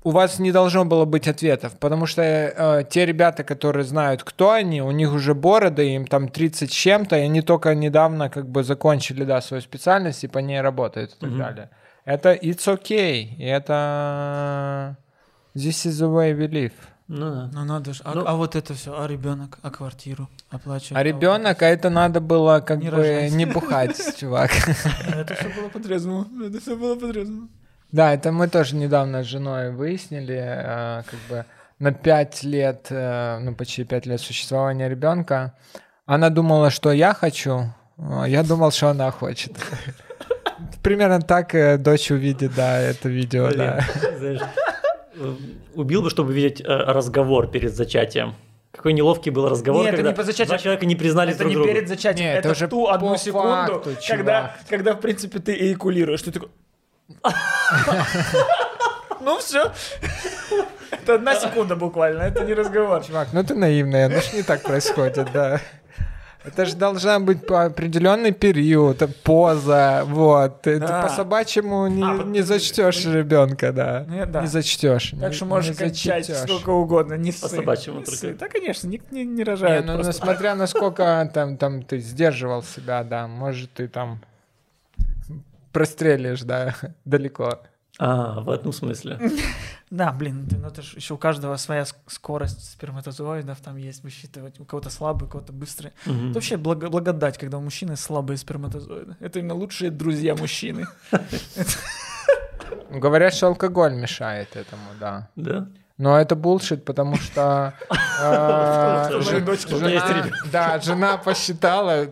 A: у вас не должно было быть ответов, потому что э, те ребята, которые знают, кто они, у них уже бороды, им там 30 с чем-то, и они только недавно как бы закончили, да, свою специальность и по ней работают и так
B: Мгм.
A: далее. Это it's okay, и это this is the way we live.
B: Ну да.
C: Ну, надо же.
B: Ну-
C: вот это все, а ребенок, а квартиру оплачивать.
A: А ребенок, а это надо было как
C: Не
A: бы
C: рожать.
A: не бухать, чувак.
C: Это все было по-трезвому. Это все было по-трезвому.
A: Да, это мы тоже недавно с женой выяснили, э, как бы на 5 лет, э, ну почти 5 лет существования ребенка, она думала, что я хочу, а я думал, что она хочет. Примерно так э, дочь увидит, да, это видео,
B: Блин,
A: да.
B: знаешь, э, убил бы, чтобы видеть э, разговор перед зачатием. Какой неловкий был разговор,
C: Не, это
B: когда
C: не по зачатию.
B: два человека не признались
C: это
B: друг
C: не
B: другу.
C: перед зачатием,
A: Не,
C: это,
A: это уже
C: в ту одну
A: по
C: секунду,
A: факту,
C: когда,
A: чувак.
C: когда, в принципе, ты эякулируешь. Ты такой... Ну все. Это одна секунда буквально, это не разговор.
A: Чувак, ну ты наивная, ну ж не так происходит, да. Это же должна быть по определенный период, поза, вот. Ты, ты
C: Да.
A: по собачьему не,
C: А,
A: не зачтешь ребенка, да.
C: Ну, да.
A: Не зачтешь.
C: Так что можешь кончать сколько угодно, не ссы.
B: собачьему
C: Не
B: только.
C: ссы. Да, конечно, никто не, не
A: Не,
C: рожает
A: ну,
C: просто.
A: несмотря на сколько там, там ты сдерживал себя, да, может, ты там прострелишь, да, далеко.
B: А, в этом смысле.
C: Да, блин, ты, ну это ж еще у каждого своя ск- скорость сперматозоидов там есть, высчитывать. У кого-то слабый, у кого-то быстрый.
B: Мгм.
C: Это вообще благо- благодать, когда у мужчины слабые сперматозоиды. Это именно лучшие друзья мужчины.
A: Говорят, что алкоголь мешает этому, да.
B: Да.
A: Но это булшит, потому что... э,
B: Что
A: жен-
B: у твоей дочки
A: жена-
B: есть ребенок.
A: Да, жена посчитала...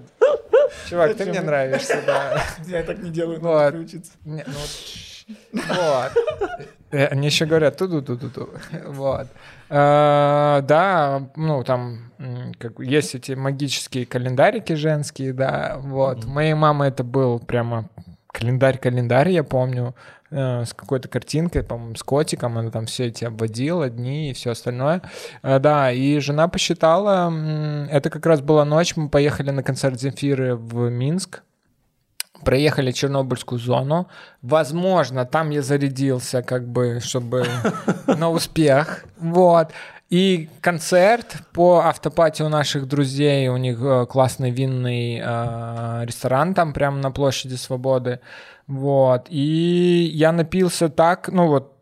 A: Чувак, ты
C: Зачем?
A: мне нравишься, да.
C: Я так не делаю,
A: надо Вот.
C: приучиться.
A: Не, ну вот. Вот. Э, Они еще говорят ту-ду-ду-ду-ду. Вот. Э, Да, ну там м, как бы есть эти магические календарики женские, да, вот. У моей мамы это был прямо календарь-календарь, я помню, э, с какой-то картинкой, по-моему, с котиком, она там все эти обводила, дни и все остальное. Э, Да, и жена посчитала, м, это как раз была ночь, мы поехали на концерт Земфиры в Минск, проехали Чернобыльскую зону. Возможно, там я зарядился, как бы, чтобы на успех. Вот. И концерт по автопате у наших друзей. У них э, классный винный э, ресторан там прямо на площади Свободы. Вот. И я напился так, ну вот,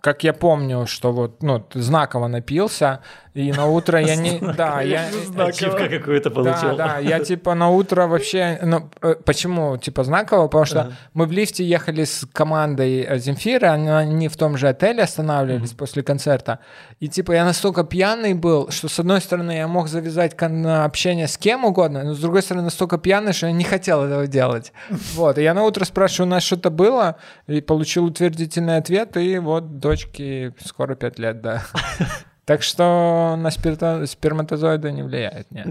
A: как я помню, что вот, ну, знаково напился, и на утро я не... Да, я...
B: Ачивка какую-то получил.
A: Да, да, я типа на утро вообще... ну, э, почему типа знаково? Потому что
B: Ага.
A: мы в лифте ехали с командой э, Земфиры, они- они в том же отеле останавливались после концерта. И типа я настолько пьяный был, что с одной стороны я мог завязать кон- общение с кем угодно, но с другой стороны настолько пьяный, что я не хотел этого делать. Вот, и я на утро спрашиваю, у нас что-то было, и получил утвердительный ответ, и вот дочке скоро 5 лет, да. Так что на спирта- сперматозоиды не влияет, нет.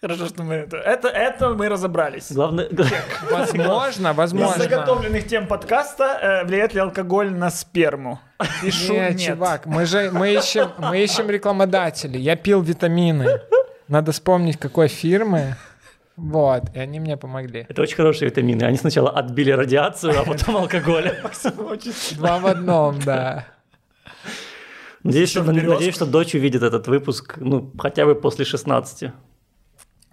C: Хорошо, что мы это... Это, это мы разобрались.
B: Главное...
A: Возможно,
C: Из
A: возможно.
C: заготовленных тем подкаста э, влияет ли алкоголь на сперму? Пишу
A: Не,
C: нет.
A: чувак, мы же мы ищем, мы ищем рекламодателей. Я пил витамины. Надо вспомнить, какой фирмы. Вот, и они мне помогли.
B: Это очень хорошие витамины. Они сначала отбили радиацию, а потом алкоголь.
A: Два в одном, да.
B: Надеюсь, что,
C: Что, в березках?
B: надеюсь, что дочь увидит этот выпуск, ну, хотя бы после 16.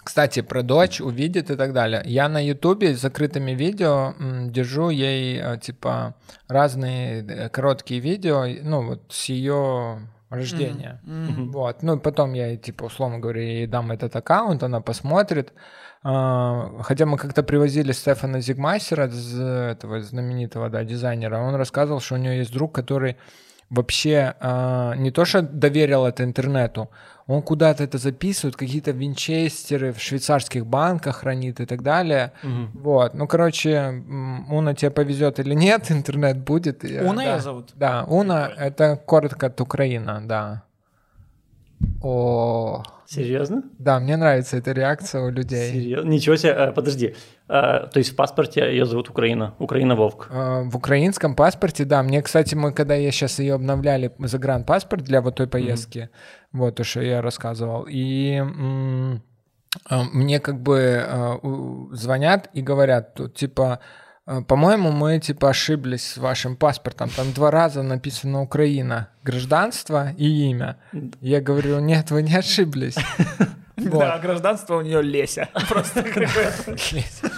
A: Кстати, про дочь увидит и так далее. Я на Ютубе с закрытыми видео м, держу ей э, типа разные э, короткие видео, ну вот с ее рождения.
C: Мгм.
A: Вот. Ну, потом я, ей, типа, условно говоря, ей дам этот аккаунт, она посмотрит. А, Хотя мы как-то привозили Стефана Зигмастера, з- этого знаменитого да, дизайнера, он рассказывал, что у него есть друг, который вообще а, не то что доверил это интернету, он куда-то это записывает, какие-то винчестеры в швейцарских банках хранит и так далее.
B: Мгм.
A: Вот, ну, короче, м, Уна тебе повезет или нет, интернет будет. и-
C: Уна
A: да.
C: ее зовут?
A: Да, Уна —
C: Прикольно.
A: это коротко от Украина, да. О,
B: Серьезно?
A: да, мне нравится эта реакция у людей.
B: Серьезно? Ничего себе, А, подожди. А, то есть в паспорте ее зовут Украина. Украина Вовк.
A: Э, В украинском паспорте, да. Мне, кстати, мы когда я сейчас ее обновляли, загранпаспорт для вот той поездки, вот то, что я рассказывал, и м, э, мне как бы э, у- звонят и говорят, тут типа, э, по-моему, мы типа ошиблись с вашим паспортом, там два раза написано Украина, гражданство и имя. Я говорю, нет, вы не ошиблись. Вот.
C: Да, гражданство у нее Леся. Просто какое-то.
A: Леся.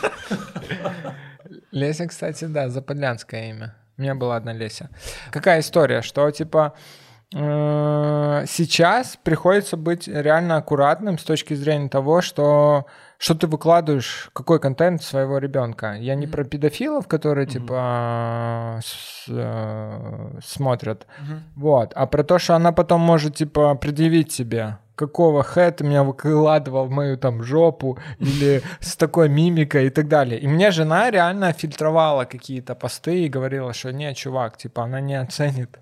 A: Леся, кстати, да, западлянское имя. У меня была одна Леся. Какая история, что типа э, сейчас приходится быть реально аккуратным с точки зрения того, что что ты выкладываешь, какой контент своего ребенка. Я не про педофилов, которые типа с- э, смотрят,
C: Мгм.
A: вот. А про то, что она потом может, типа, предъявить себе, какого хэ ты меня выкладывал в мою там жопу или с такой мимикой и так далее. И мне жена реально фильтровала какие-то посты и говорила, что не, чувак, типа, она не оценит.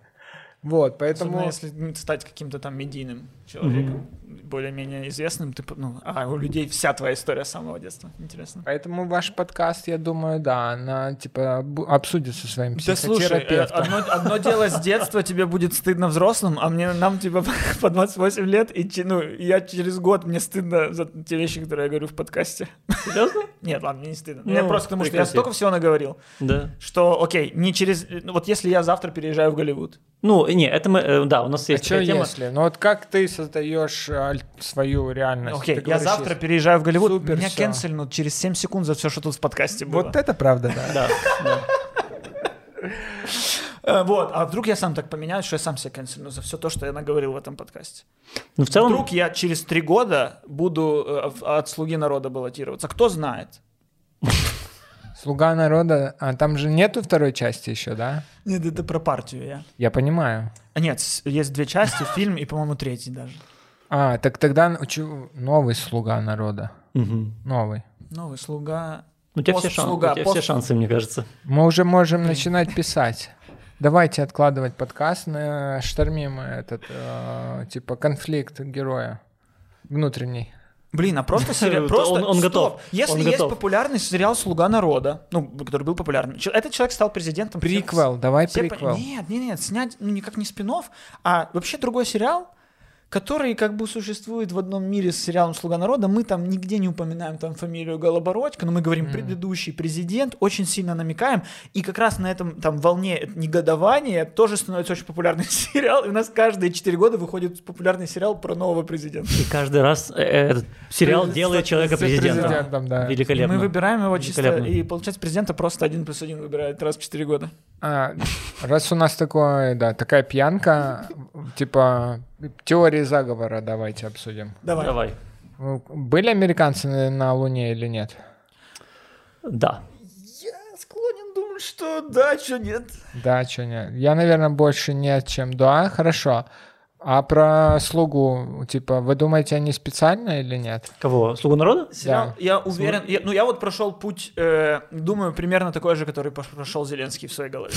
A: Вот,
C: Особенно
A: поэтому...
C: если м, стать каким-то там медийным человеком, более-менее известным, ты, по- ну, а у людей вся твоя история с самого детства. Интересно.
A: Поэтому ваш подкаст, я думаю, да, она, типа, бу- обсудит со своим
C: Да слушай, э,
A: психотерапевтом. А
C: одно, одно дело с детства тебе будет стыдно взрослым, а мне нам типа по 28 лет, и че- ну, я через год мне стыдно за те вещи, которые я говорю в подкасте.
B: Серьезно?
C: Нет, ладно, мне не стыдно.
B: Ну,
C: я просто потому, что я
B: прекрати.
C: столько всего наговорил,
B: Да.
C: что, окей, не через... ну, вот если я завтра переезжаю в Голливуд,
B: Ну, не, это мы, э, да, у нас
A: А
B: есть
A: что
B: такая тема.
A: если? Ну вот как ты создаешь аль- свою реальность?
C: окей,
A: Ты
C: я
A: говоришь,
C: завтра
A: если-
C: переезжаю в Голливуд,
A: Супер,
C: меня
A: всё.
C: кенсельнут через 7 секунд за все, что тут в подкасте было.
A: Вот это правда, да.
B: Да, да.
C: Э, вот, а вдруг я сам так поменяю, что я сам себя кенсельну за все то, что я наговорил в этом подкасте.
B: Ну, в целом,
C: Вдруг я через три года буду э, в- от слуги народа баллотироваться. Кто знает?
A: Слуга народа, а там же нету второй части еще, да?
C: Нет, это про партию я.
A: Я понимаю.
C: А Нет, с- есть две части, фильм и, по-моему, третий даже.
A: А, так тогда ну, чё- новый слуга народа.
B: Мгм.
A: Новый.
C: Новый слуга.
B: у тебя, все,
C: Пост-
B: шан- у
C: слуга,
B: тебя
C: пост-
B: все шансы, мне кажется.
A: Мы уже можем начинать писать. Давайте откладывать подкаст, на штормим этот, э, типа, конфликт героя внутренний.
C: Блин, а просто сериал.
B: Он-
C: Просто...
B: он
C: Стоп.
B: готов.
C: Если
B: Он
C: есть
B: готов.
C: популярный сериал Слуга народа, ну, который был популярным, чел- этот человек стал президентом. всех-
A: Приквел, давай
C: все по-
A: приквел.
C: Нет, нет, нет, снять, ну, никак не спин а вообще другой сериал, который как бы существует в одном мире с сериалом «Слуга народа». Мы там нигде не упоминаем там фамилию Голобородько, но мы говорим
A: Мгм.
C: «предыдущий президент», очень сильно намекаем, и как раз на этом там волне негодования тоже становится очень популярный сериал, и у нас каждые 4 года выходит популярный сериал про нового президента.
B: И каждый раз э, этот сериал
A: Пред-
B: делает человека
A: с
B: президентом.
A: президентом, да.
C: И
B: Великолепно.
C: мы выбираем его чисто,
B: Великолепно.
C: и получается президента просто один плюс один выбирает раз в 4 года.
A: А, раз у нас такое, да, такая пьянка, типа, теории заговора давайте обсудим.
C: Давай.
B: Давай.
A: Ну, Были американцы на- на Луне или нет?
B: Да.
C: Я склонен думать, что да, что нет.
A: Да, что нет. Я, наверное, больше нет, чем да, хорошо. А про слугу, типа, вы думаете, они специально или нет?
B: Кого? Слугу народа?
C: Сериал,
A: Да.
C: я уверен, я- ну я вот прошел путь, э, думаю, примерно такой же, который пош- прошел Зеленский в своей голове.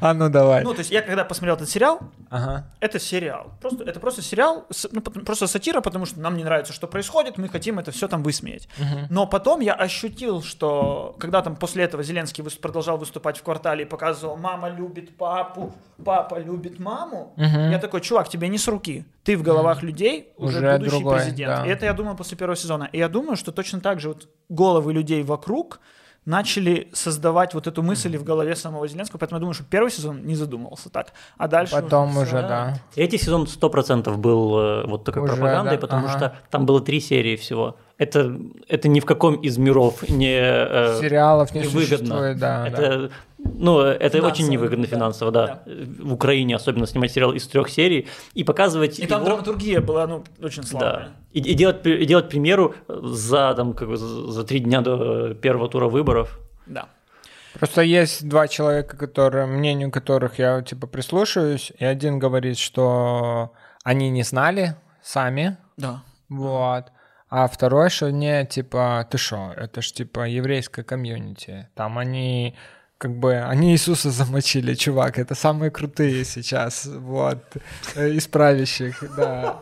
A: А ну давай.
C: Ну, то есть я когда посмотрел этот сериал,
A: Ага.
C: это сериал. Просто, это просто сериал, с- ну, потом- просто сатира, потому что нам не нравится, что происходит, мы хотим это все там высмеять.
A: Мгм.
C: Но потом я ощутил, что когда там после этого Зеленский выс- продолжал выступать в квартале и показывал «мама любит папу, папа любит маму»,
A: Мгм.
C: я такой, чувак, тебе не с руки. Ты в головах людей уже,
A: Уже
C: будущий
A: другой,
C: президент.
A: да.
C: И это я думал после первого сезона. И я думаю, что точно так же вот головы людей вокруг начали создавать вот эту мысль и в голове самого Зеленского. Поэтому я думаю, что первый сезон не задумывался так. А дальше...
A: Потом уже,
C: всё.
A: да.
B: Третий сезон 100% был э, вот такой
A: Уже,
B: пропагандой,
A: да,
B: потому
A: ага.
B: что там было три серии всего. Это, это ни в каком из миров не... э,
A: Сериалов не
B: невыгодно.
A: существует, да. да.
B: это Ну, это
C: Финансово,
B: очень невыгодно
C: да,
B: финансово, да.
C: да.
B: В Украине особенно снимать сериал из трех серий и показывать
C: И там
B: его-
C: драматургия была, ну, очень
B: Да.
C: слабая.
B: И, и делать, пр- и делать премьеру за, там, как, бы за за три дня до э, первого тура выборов.
C: Да.
A: Просто есть два человека, которые, мнению которых я типа прислушиваюсь, и один говорит, что они не знали сами,
C: Да.
A: вот, а второй, что не, типа, ты шо, это ж типа еврейская комьюнити, там они как бы, они Иисуса замочили, чувак, это самые крутые сейчас, вот, э, из правящих, да.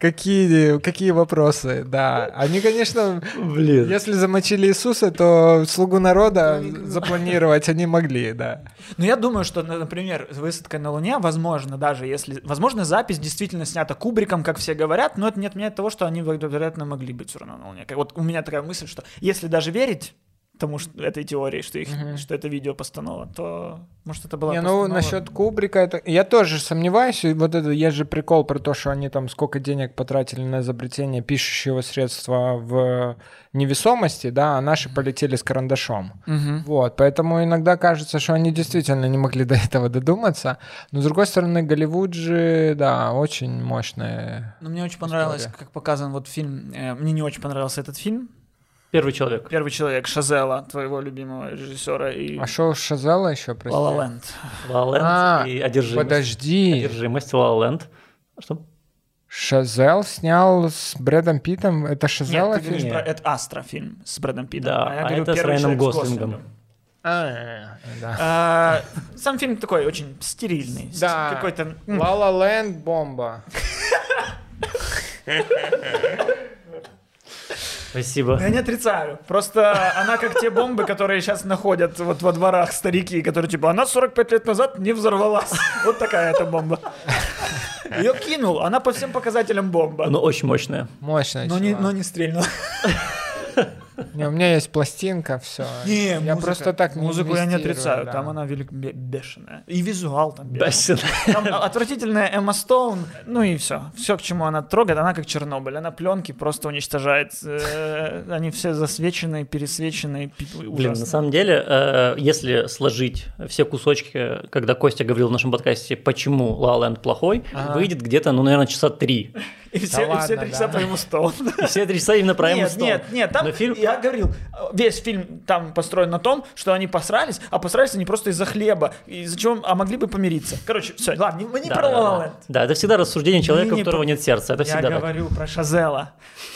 A: Какие, какие вопросы, да. Они, конечно,
B: Блин.
A: если замочили Иисуса, то слугу народа
C: Ну, они-
A: запланировать они могли, да.
C: Но Ну, я думаю, что, на- например, с высадкой на Луне, возможно, даже если... Возможно, запись действительно снята Кубриком, как все говорят, но это не отменяет того, что они, веро- вероятно, могли быть все равно на Луне. Как- Вот у меня такая мысль, что если даже верить тому, что этой теории, что, их,
A: Мгм.
C: что это видео постанова, то, может, это была
A: Не, ну
C: постанова.
A: насчет Кубрика, это... я тоже сомневаюсь, и вот это, есть же прикол про то, что они там сколько денег потратили на изобретение пишущего средства в невесомости, да, а наши полетели с карандашом.
C: Мгм.
A: Вот, поэтому иногда кажется, что они действительно не могли до этого додуматься. Но с другой стороны, Голливуд же, да, очень мощная.
C: Ну, мне очень понравилось,
A: История.
C: как показан вот фильм. э, мне не очень понравился этот фильм.
B: Первый человек.
C: Первый человек Шазела, твоего любимого режиссера и
A: А шоу Шазела еще,
C: La
A: прости?
C: La Land.
B: Ла Ленд
A: А,
B: и одержимость.
A: Подожди,
B: Одержимость Ла Ленд. Что?
A: Шазел снял с Брэдом Питтом, это
C: Нет,
A: Шазела
C: ты говоришь
A: фильм?
B: фильм?
C: про Эд Астра фильм с Брэдом Питтом.
B: Да, а это с
C: «Первый
B: Райаном
C: человек с
B: Гослингом».
A: А, да.
C: А, Сам фильм такой очень стерильный. с-
A: Да.
C: Какой-то... м,
A: Лала Ленд бомба.
B: Спасибо.
C: Я не отрицаю. Просто она как те бомбы, которые сейчас находят вот во дворах старики, которые типа, она 45 лет назад не взорвалась. Вот такая эта бомба. Ее кинул, она по всем показателям бомба.
A: Ну,
B: Но очень мощная.
A: Мощная.
C: Но не,
A: чувак.
C: но не стрельнула.
A: Не, у меня есть пластинка, все.
C: Не,
A: я
C: музыка-
A: просто так не
C: Музыку я не
A: инвестирую,
C: отрицаю,
A: да.
C: там она велик... бе- бешеная. И визуал там бешеный.
B: Бесит.
C: Там отвратительная Эмма Стоун, ну и все. Все, к чему она трогает, она как Чернобыль. Она пленки просто уничтожает. Э, Они все засвеченные, пересвеченные. пи-
B: Блин, ну на
C: ужасно.
B: самом деле, э, если сложить все кусочки, когда Костя говорил в нашем подкасте, почему Ла Ленд плохой,
C: А.
A: Ага.
B: выйдет где-то, ну, наверное, часа три.
C: И все, и
A: ладно,
C: все три
A: да.
C: часа по Эмму Стоун.
B: И все три часа именно про Эмму
C: Нет,
B: Стоун.
C: нет, нет, там,
B: Но фильм-
C: я говорил, весь фильм там построен на том, что они посрались, а посрались они просто из-за хлеба, из-за чего, а могли бы помириться. Короче, все, ладно, не- мы не
B: Да,
C: про
B: да,
C: La La
B: да.
C: Land.
B: Да, это всегда рассуждение человека,
C: Не,
B: у
C: не
B: которого
C: про-
B: нет сердца. Это
C: Я
B: всегда так.
C: говорю про Шазела,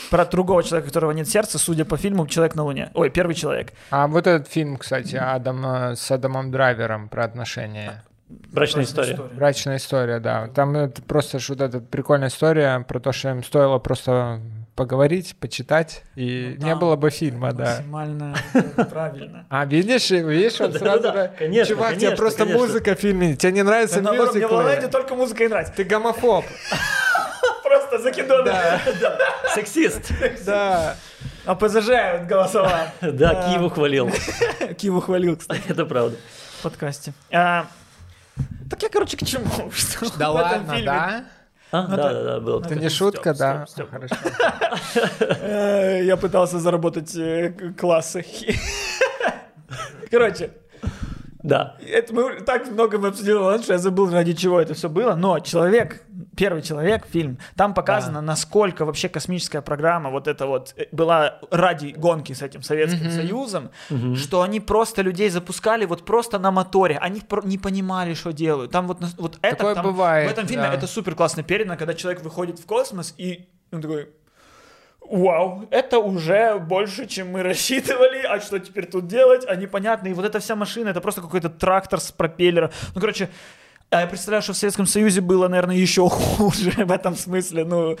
C: про другого человека, у которого нет сердца, судя по фильму «Человек на Луне». Ой, «Первый человек».
A: А вот этот фильм, кстати, Адама с Адамом Драйвером про отношения.
B: Брачная история.
A: Брачная история, да. Там это просто ж вот эта прикольная история про то, что им стоило просто поговорить, почитать, и
C: Ну,
A: не
C: там
A: было бы фильма, Типа, да.
C: Максимально правильно.
A: А видишь, и- видишь, он
B: Да,
A: сразу
B: да, да.
A: же-
B: Конечно,
A: Чувак, тебе
B: конечно,
A: просто
B: конечно.
A: музыка в фильме, тебе не нравится
C: Наоборот, мне в
A: мюзиклы?
C: Лоланде только музыка и нравится.
A: Ты гомофоб.
C: Просто закидон.
B: Сексист.
A: Да.
C: А ПЗЖ голосовал.
B: Да, Киеву хвалил.
C: Киеву хвалил, кстати.
B: Это правда.
C: в подкасте. А, так я, короче, к чему? Что
A: Да
C: в этом
A: ладно,
C: фильме?
A: да?
B: А,
C: Ну
B: да,
C: да.
B: да, да, было.
A: Это
C: Ну,
A: не
C: стоп,
A: шутка,
C: стоп,
A: да?
C: стоп.
A: Хорошо.
C: Э, Я пытался заработать э, к- классы. Короче,
B: Да.
C: это мы так много мы обсудили, ладно, что я забыл, ради чего это все было, но «Человек», «Первый человек», фильм, там показано, насколько вообще космическая программа вот эта вот э, была ради гонки с этим Советским Союзом, что они просто людей запускали вот просто на моторе, они про- не понимали, что делают. Там вот, нас- вот это
A: Такое
C: там-
A: бывает,
C: в этом фильме
A: да.
C: это супер классно передано, когда человек выходит в космос и он такой... Вау, это уже больше, чем мы рассчитывали, а что теперь тут делать, а непонятно. И вот эта вся машина, это просто какой-то трактор с пропеллером. Ну, короче, а я представляю, что в Советском Союзе было, наверное, еще хуже в этом смысле. Ну,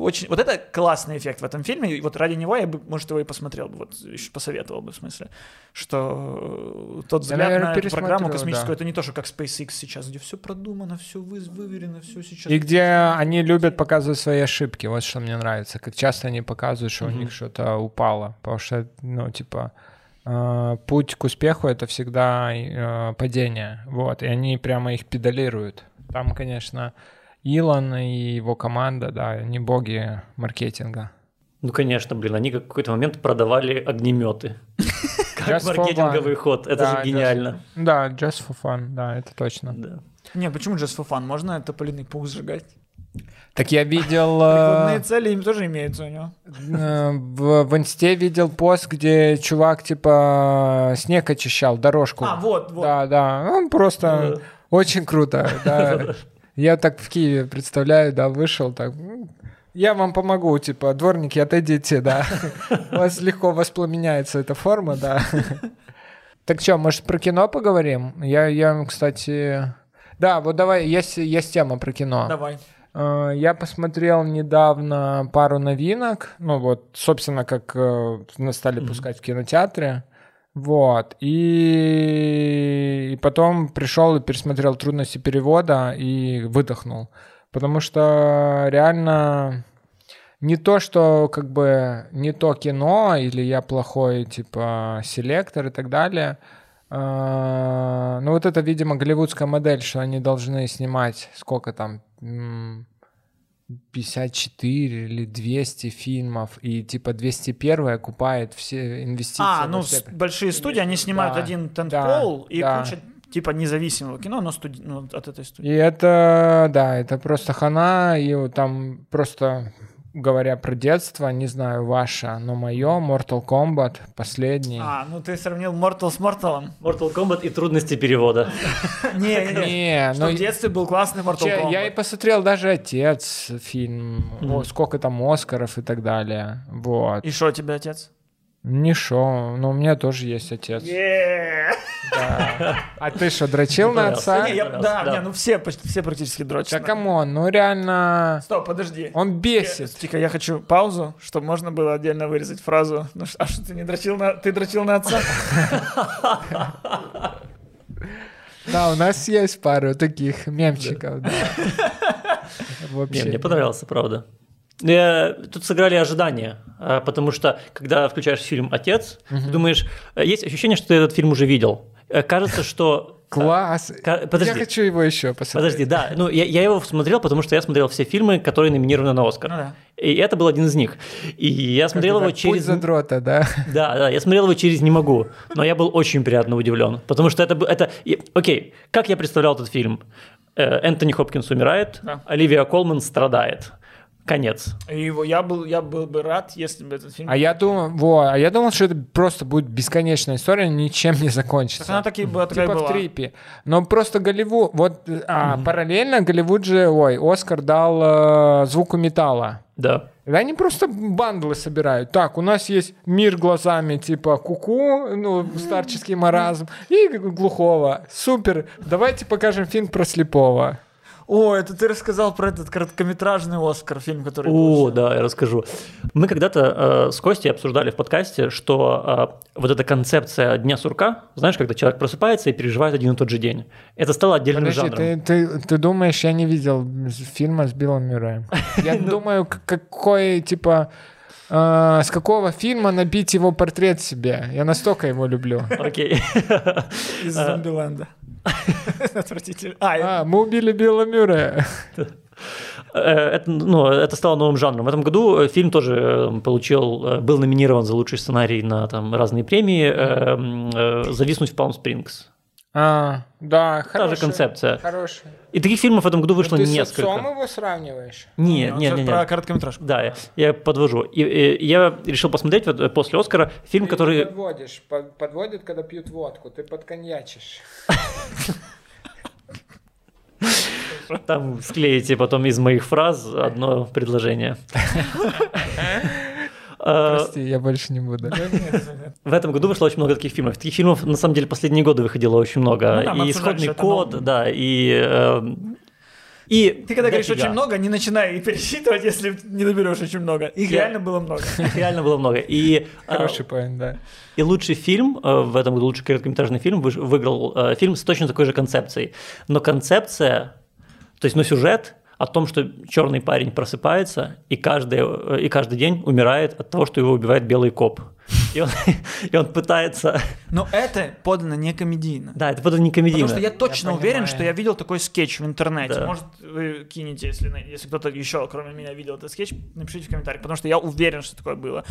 C: очень... Вот это классный эффект в этом фильме, и вот ради него я бы, может, его и посмотрел бы, вот еще посоветовал бы, в смысле, что тот взгляд
A: наверное,
C: на эту
A: пересмотрю,
C: программу космическую,
A: да.
C: это не то, что как SpaceX сейчас, где все продумано, все выверено, все сейчас...
A: И где они любят показывать свои ошибки, вот что мне нравится. Как часто они показывают, что у них что-то упало. Потому что, ну, типа, э, путь к успеху — это всегда э, падение. Вот, и они прямо их педалируют. Там, конечно, Илон и его команда, да, они боги маркетинга.
B: Ну, конечно, блин, они как в какой-то момент продавали огнеметы.
A: Just
B: Как
A: for
B: маркетинговый
A: fun.
B: ход, это
A: Да,
B: же гениально.
A: Да, just for fun, да, это точно.
B: Да.
C: Не, почему just for fun? Можно тополиный пух сжигать?
A: Так я видел...
C: Прикладные
A: э,
C: цели им тоже имеются у него.
A: э, В в инсте видел пост, где чувак, типа, снег очищал, дорожку.
C: А, вот, Э. вот.
A: Да, да, он просто
B: Да.
A: очень круто. да. Я так в Киеве представляю, да, вышел так. «М, Я вам помогу, типа, дворники, отойдите, да. У вас легко воспламеняется эта форма, да. Так что, может, про кино поговорим? Я, я, кстати... Да, вот давай, есть, есть тема про кино.
C: Давай.
A: Э, Я посмотрел недавно пару новинок, ну вот, собственно, как э, нас стали
B: Мгм.
A: пускать в кинотеатре, вот, и, и потом пришел и пересмотрел трудности перевода и выдохнул, потому что реально не то, что как бы не то кино или я плохой, типа, селектор и так далее, а, Ну вот это, видимо, голливудская модель, что они должны снимать сколько там м, 54 или 200 фильмов, и типа 201 купает все инвестиции.
C: А,
A: во
C: ну
A: все
C: с-
A: это.
C: большие студии, они снимают
A: Да,
C: один
A: да,
C: тентпол и
A: да.
C: куча типа независимого кино, но студи... ну, от этой студии.
A: И это, да, это просто хана, и вот там просто говоря про детство, не знаю, ваше, но мое, Mortal Kombat, последний.
C: А, ну ты сравнил Mortal с Mortal.
B: Mortal Kombat и трудности перевода.
C: Не, не, не.
A: не,
C: Что
A: ну
C: в детстве был классный Mortal
A: Че,
C: Kombat.
A: я и посмотрел даже отец фильм,
B: Мгм.
A: о, сколько там Оскаров и так далее. Вот.
C: И что тебе, отец?
A: Не шо, но у меня тоже есть отец.
C: Е-е-е.
A: да. А ты что, дрочил
B: Не
A: на
B: понравился.
A: отца?
C: Да, не, я-
B: Понравилось,
C: да,
B: да.
C: не, ну все, почти- все практически дрочат.
A: Да камон, ну реально,
C: Стоп, подожди.
A: он бесит.
C: Тихо, я хочу паузу, чтобы можно было отдельно вырезать фразу. Ну, ш- а что ты не дрочил на... Ты дрочил на отца?
A: Да, у нас есть пару таких мемчиков, да.
B: Не,
A: Вообще.
B: мне понравился, правда. Э, Тут сыграли ожидания, э, потому что когда включаешь фильм «Отец», ты думаешь, э, есть ощущение, что ты этот фильм уже видел. Э, Кажется, что...
A: Класс.
B: Ка- подожди.
A: Я хочу его еще посмотреть.
B: Подожди, да, ну я, я его смотрел, потому что я смотрел все фильмы, которые номинированы на Оскар.
C: Ну да.
B: И это был один из них. И я
A: Как
B: смотрел
A: это,
B: его
A: «Путь
B: через...
A: задрота, да?
B: Да, да, я смотрел его через «Не могу», но я был очень приятно удивлен, потому что это... бы- это... и- Окей, как я представлял этот фильм? Э, Энтони Хопкинс умирает,
C: Да.
B: Оливия Колман страдает. Конец.
C: И его, я, был, я был бы рад, если бы этот фильм...
A: А я думал, во, а я думал, что это просто будет бесконечная история, ничем не
C: Так
A: закончится.
C: она такие была, такая
A: типа
C: была.
A: в трипе. Но просто Голливуд, вот э, а, параллельно Голливуд же, ой, Оскар дал э, звуку металла.
B: Да.
A: И они просто бандлы собирают. Так, у нас есть мир глазами типа куку, ну, старческий маразм, и глухого. Супер, давайте покажем фильм про слепого.
C: О, это ты рассказал про этот короткометражный Оскар фильм, который
B: О,
C: был.
B: да, я расскажу. Мы когда-то э, с Костей обсуждали в подкасте, что э, вот эта концепция дня сурка, знаешь, когда человек просыпается и переживает один и тот же день, это стало отдельным
A: Подожди, ты,
B: жанром.
A: ты, ты думаешь, я не видел з- фильма с Биллом Мюрреем? Я думаю, к- какой, типа, э, с какого фильма набить его портрет себе? Я настолько его люблю.
B: Окей.
C: Из Зомбиленда. Отвратительно. А,
A: А, мы убили Билла Мюррея.
B: Э, Это, ну, это стало новым жанром. В этом году э, фильм тоже э, получил, э, был номинирован за лучший сценарий на там разные премии. э, м, э, Зависнуть в Палм Спрингс.
A: А, да,
B: Та же
A: хорошая.
B: концепция.
A: Хороший.
B: И таких фильмов в этом году вышло
A: Ты с отцом Ну,
B: несколько.
A: его сравниваешь?
B: Нет, нет, нет,
C: Про
B: нет.
C: короткометражку.
B: Да, я, я подвожу. И, и я решил посмотреть вот, э, после Оскара фильм,
A: Ты
B: который...
A: подводишь. Под- Подводят, когда пьют водку. Ты подконьячишь.
B: Там склеите потом из моих фраз одно предложение. Э,
A: Прости, я больше не буду.
B: В этом году вышло очень много таких фильмов. Таких фильмов, на самом деле, последние годы выходило очень много.
C: Ну да, мы
B: и
C: обсуждали,
B: «Исходный
C: что это
B: код»,
C: новое.
B: да, и... э, и
C: Ты когда говоришь
B: дофига.
C: очень много, не начинай их пересчитывать, если не наберешь очень много. Их
B: Я-
C: реально было много.
B: Их реально было много. И, э,
A: Хороший поинт, да.
B: и лучший фильм, э, в этом году лучший короткометражный фильм, выж- выиграл э, фильм с точно такой же концепцией. Но концепция, то есть, ну, сюжет о том, что черный парень просыпается и каждый, э, и каждый день умирает от того, что его убивает белый коп. И он, и он пытается...
C: Но это подано не комедийно.
B: Да, это вот не комедийно.
C: Потому что я точно
A: Я
C: уверен,
A: понимаю.
C: что я видел такой скетч в интернете.
B: Да.
C: Может, вы кинете, если, на- если кто-то еще, кроме меня, видел этот скетч, напишите в комментариях, потому что я уверен, что такое было.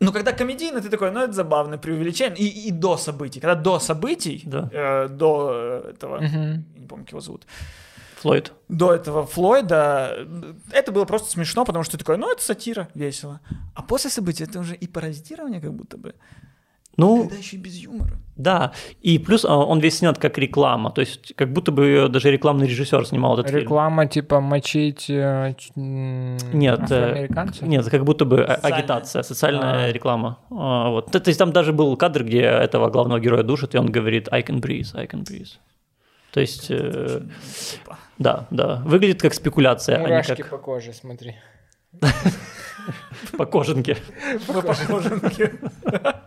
C: Но когда комедийно, ты такой, ну это забавно, преувеличение. И, и до событий. Когда до событий,
B: Да.
C: э, до этого,
A: Мгм.
C: я не помню, как его зовут,
B: Флойд.
C: до этого Флойда, это было просто смешно, потому что ты такой, ну это сатира, весело. А после событий это уже и паразитирование как будто бы,
B: Ну,
C: когда еще и без юмора.
B: да. И плюс а, он весь снят как реклама. То есть, как будто бы её даже рекламный режиссер снимал этот фильм.
A: Реклама, типа, мочить э, ч- м,
B: Нет, э,
A: афроамериканцев?
B: Нет, как будто бы а-
C: Социальная.
B: агитация, социальная
A: А.
B: реклама. А, вот. То, то есть там даже был кадр, где этого главного героя душит, и он говорит «I can breathe, I can breathe». То есть, э,
C: Это очень глупо.
B: да, да, выглядит как спекуляция, а
A: Мурашки
B: не как
A: по коже, смотри.
B: по кожанке.
C: Мы похожи на Кирилла.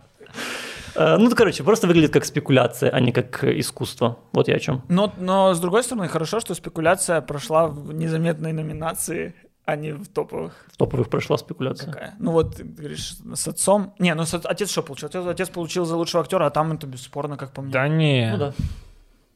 B: Э, Ну, короче, просто выглядит как спекуляция, а не как э, искусство. Вот я о чем.
C: Но, но с другой стороны, хорошо, что спекуляция прошла в незаметной номинации, а не в топовых.
B: В топовых прошла спекуляция.
C: Какая? Ну вот, ты говоришь, с отцом. Не, ну с от- отец что получил? Отец, отец получил за лучшего актера, а там это бесспорно, как по мне.
A: Да не.
B: Ну да.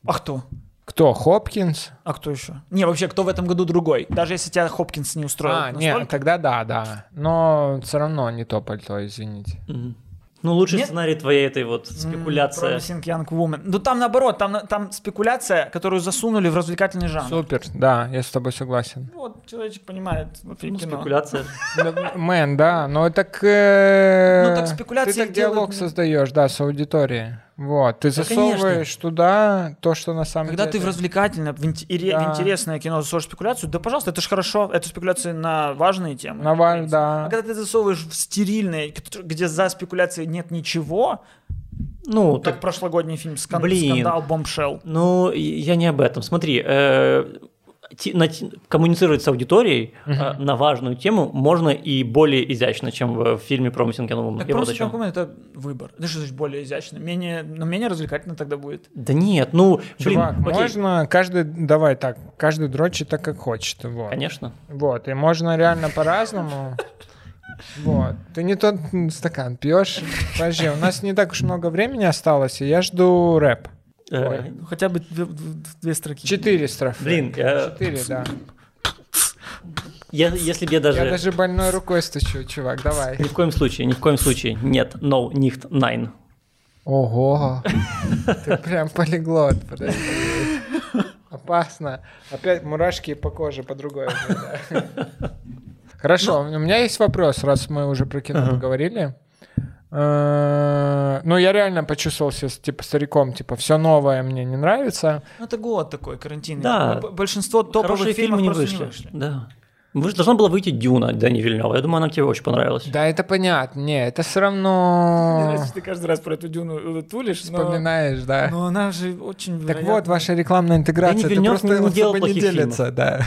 C: А кто?
A: Кто, Хопкинс?
C: А кто еще? Не, вообще, кто в этом году другой? Даже если тебя Хопкинс не устроил.
A: а, нет,
C: настолько-
A: тогда да, да. Но все равно не то пальто, извините.
B: Мгм. Ну, лучший
C: Нет?
B: сценарий твоей этой вот
C: М,
B: спекуляция.
C: Promising Young Woman. Ну там наоборот, там, на- там спекуляция, которую засунули в развлекательный жанр. Ну
A: Супер, да, я с тобой согласен.
C: Вот, человечек понимает вообще
B: Ну,
C: кино.
B: спекуляция.
A: Ну, Мэн, да, но так... э,
C: Ну, так спекуляции
A: Ты так
C: делают,
A: диалог
C: ну.
A: создаешь, да, с аудиторией. Вот, ты
C: Да,
A: засовываешь туда то, что на самом
C: А Когда
A: деле...
C: ты в развлекательное, в, инте- ире-
A: Да.
C: в интересное кино засовываешь спекуляцию, да, пожалуйста, это же хорошо, это спекуляции на важные темы.
A: На
C: в
A: ва-
C: принципе.
A: да.
C: А когда ты засовываешь в стерильное, к- где за спекуляцией нет ничего,
B: Ну,
C: как
B: так
C: прошлогодний фильм «Скан-
B: Блин.
C: «Скандал Бомбшелл».
B: Ну, и- я не об этом. Смотри, э, ти- на ти- коммуницировать с аудиторией э,
A: Мгм.
B: на важную тему можно и более изящно, чем в, в фильме «Промысел кино».
C: Так
B: Я вот о
C: просто
B: чем.
C: знакомый это выбор. Это что значит более изящно, менее, но менее развлекательно тогда будет.
B: Да нет, ну,
A: Чувак,
B: блин, окей,
A: можно каждый, давай так, каждый дрочит так, как хочет, вот.
B: Конечно.
A: Вот, и можно реально по-разному. Вот. Ты не тот м, стакан пьешь. Подожди, у нас не так уж много времени осталось, и я жду рэп.
B: Э,
A: Ой.
C: Ну, хотя бы две, две- две строки.
A: Четыре строфы.
B: Блин, я,
A: Четыре, да.
B: я- если бы я даже...
A: Я даже больной рукой стучу, чувак, давай.
B: Ни в коем случае, ни в коем случае. Нет, no, nicht, nein.
A: Ого. Ты прям полиглот. подожди. Опасно. Опять мурашки по коже, по другой. уже, да. Хорошо, у меня есть вопрос, раз мы уже про кино
B: Ага.
A: поговорили. Э, Ну, я реально почувствовал себя, типа, стариком, типа, все новое мне не нравится.
C: Ну, это год такой, карантинный.
B: Да.
C: Б- Большинство топовых
B: Хорошие
C: фильмов
B: фильмы не
C: просто
B: вышли. Да. Вы же должна была выйти Дюна Дани Вильнева. Я думаю, она тебе очень понравилась.
A: Да, это понятно. Не, это все
B: А.
C: Мне
A: равно
C: нравится, что ты каждый раз про эту дюну э, тулишь, но-
A: вспоминаешь, да.
C: но она же очень
A: Так
C: вероятно-
A: вот, ваша рекламная интеграция, ты
B: Вильнёв Ну, не-
A: просто
B: не делал
A: особо не
B: плохих фильмов.
A: делится, да.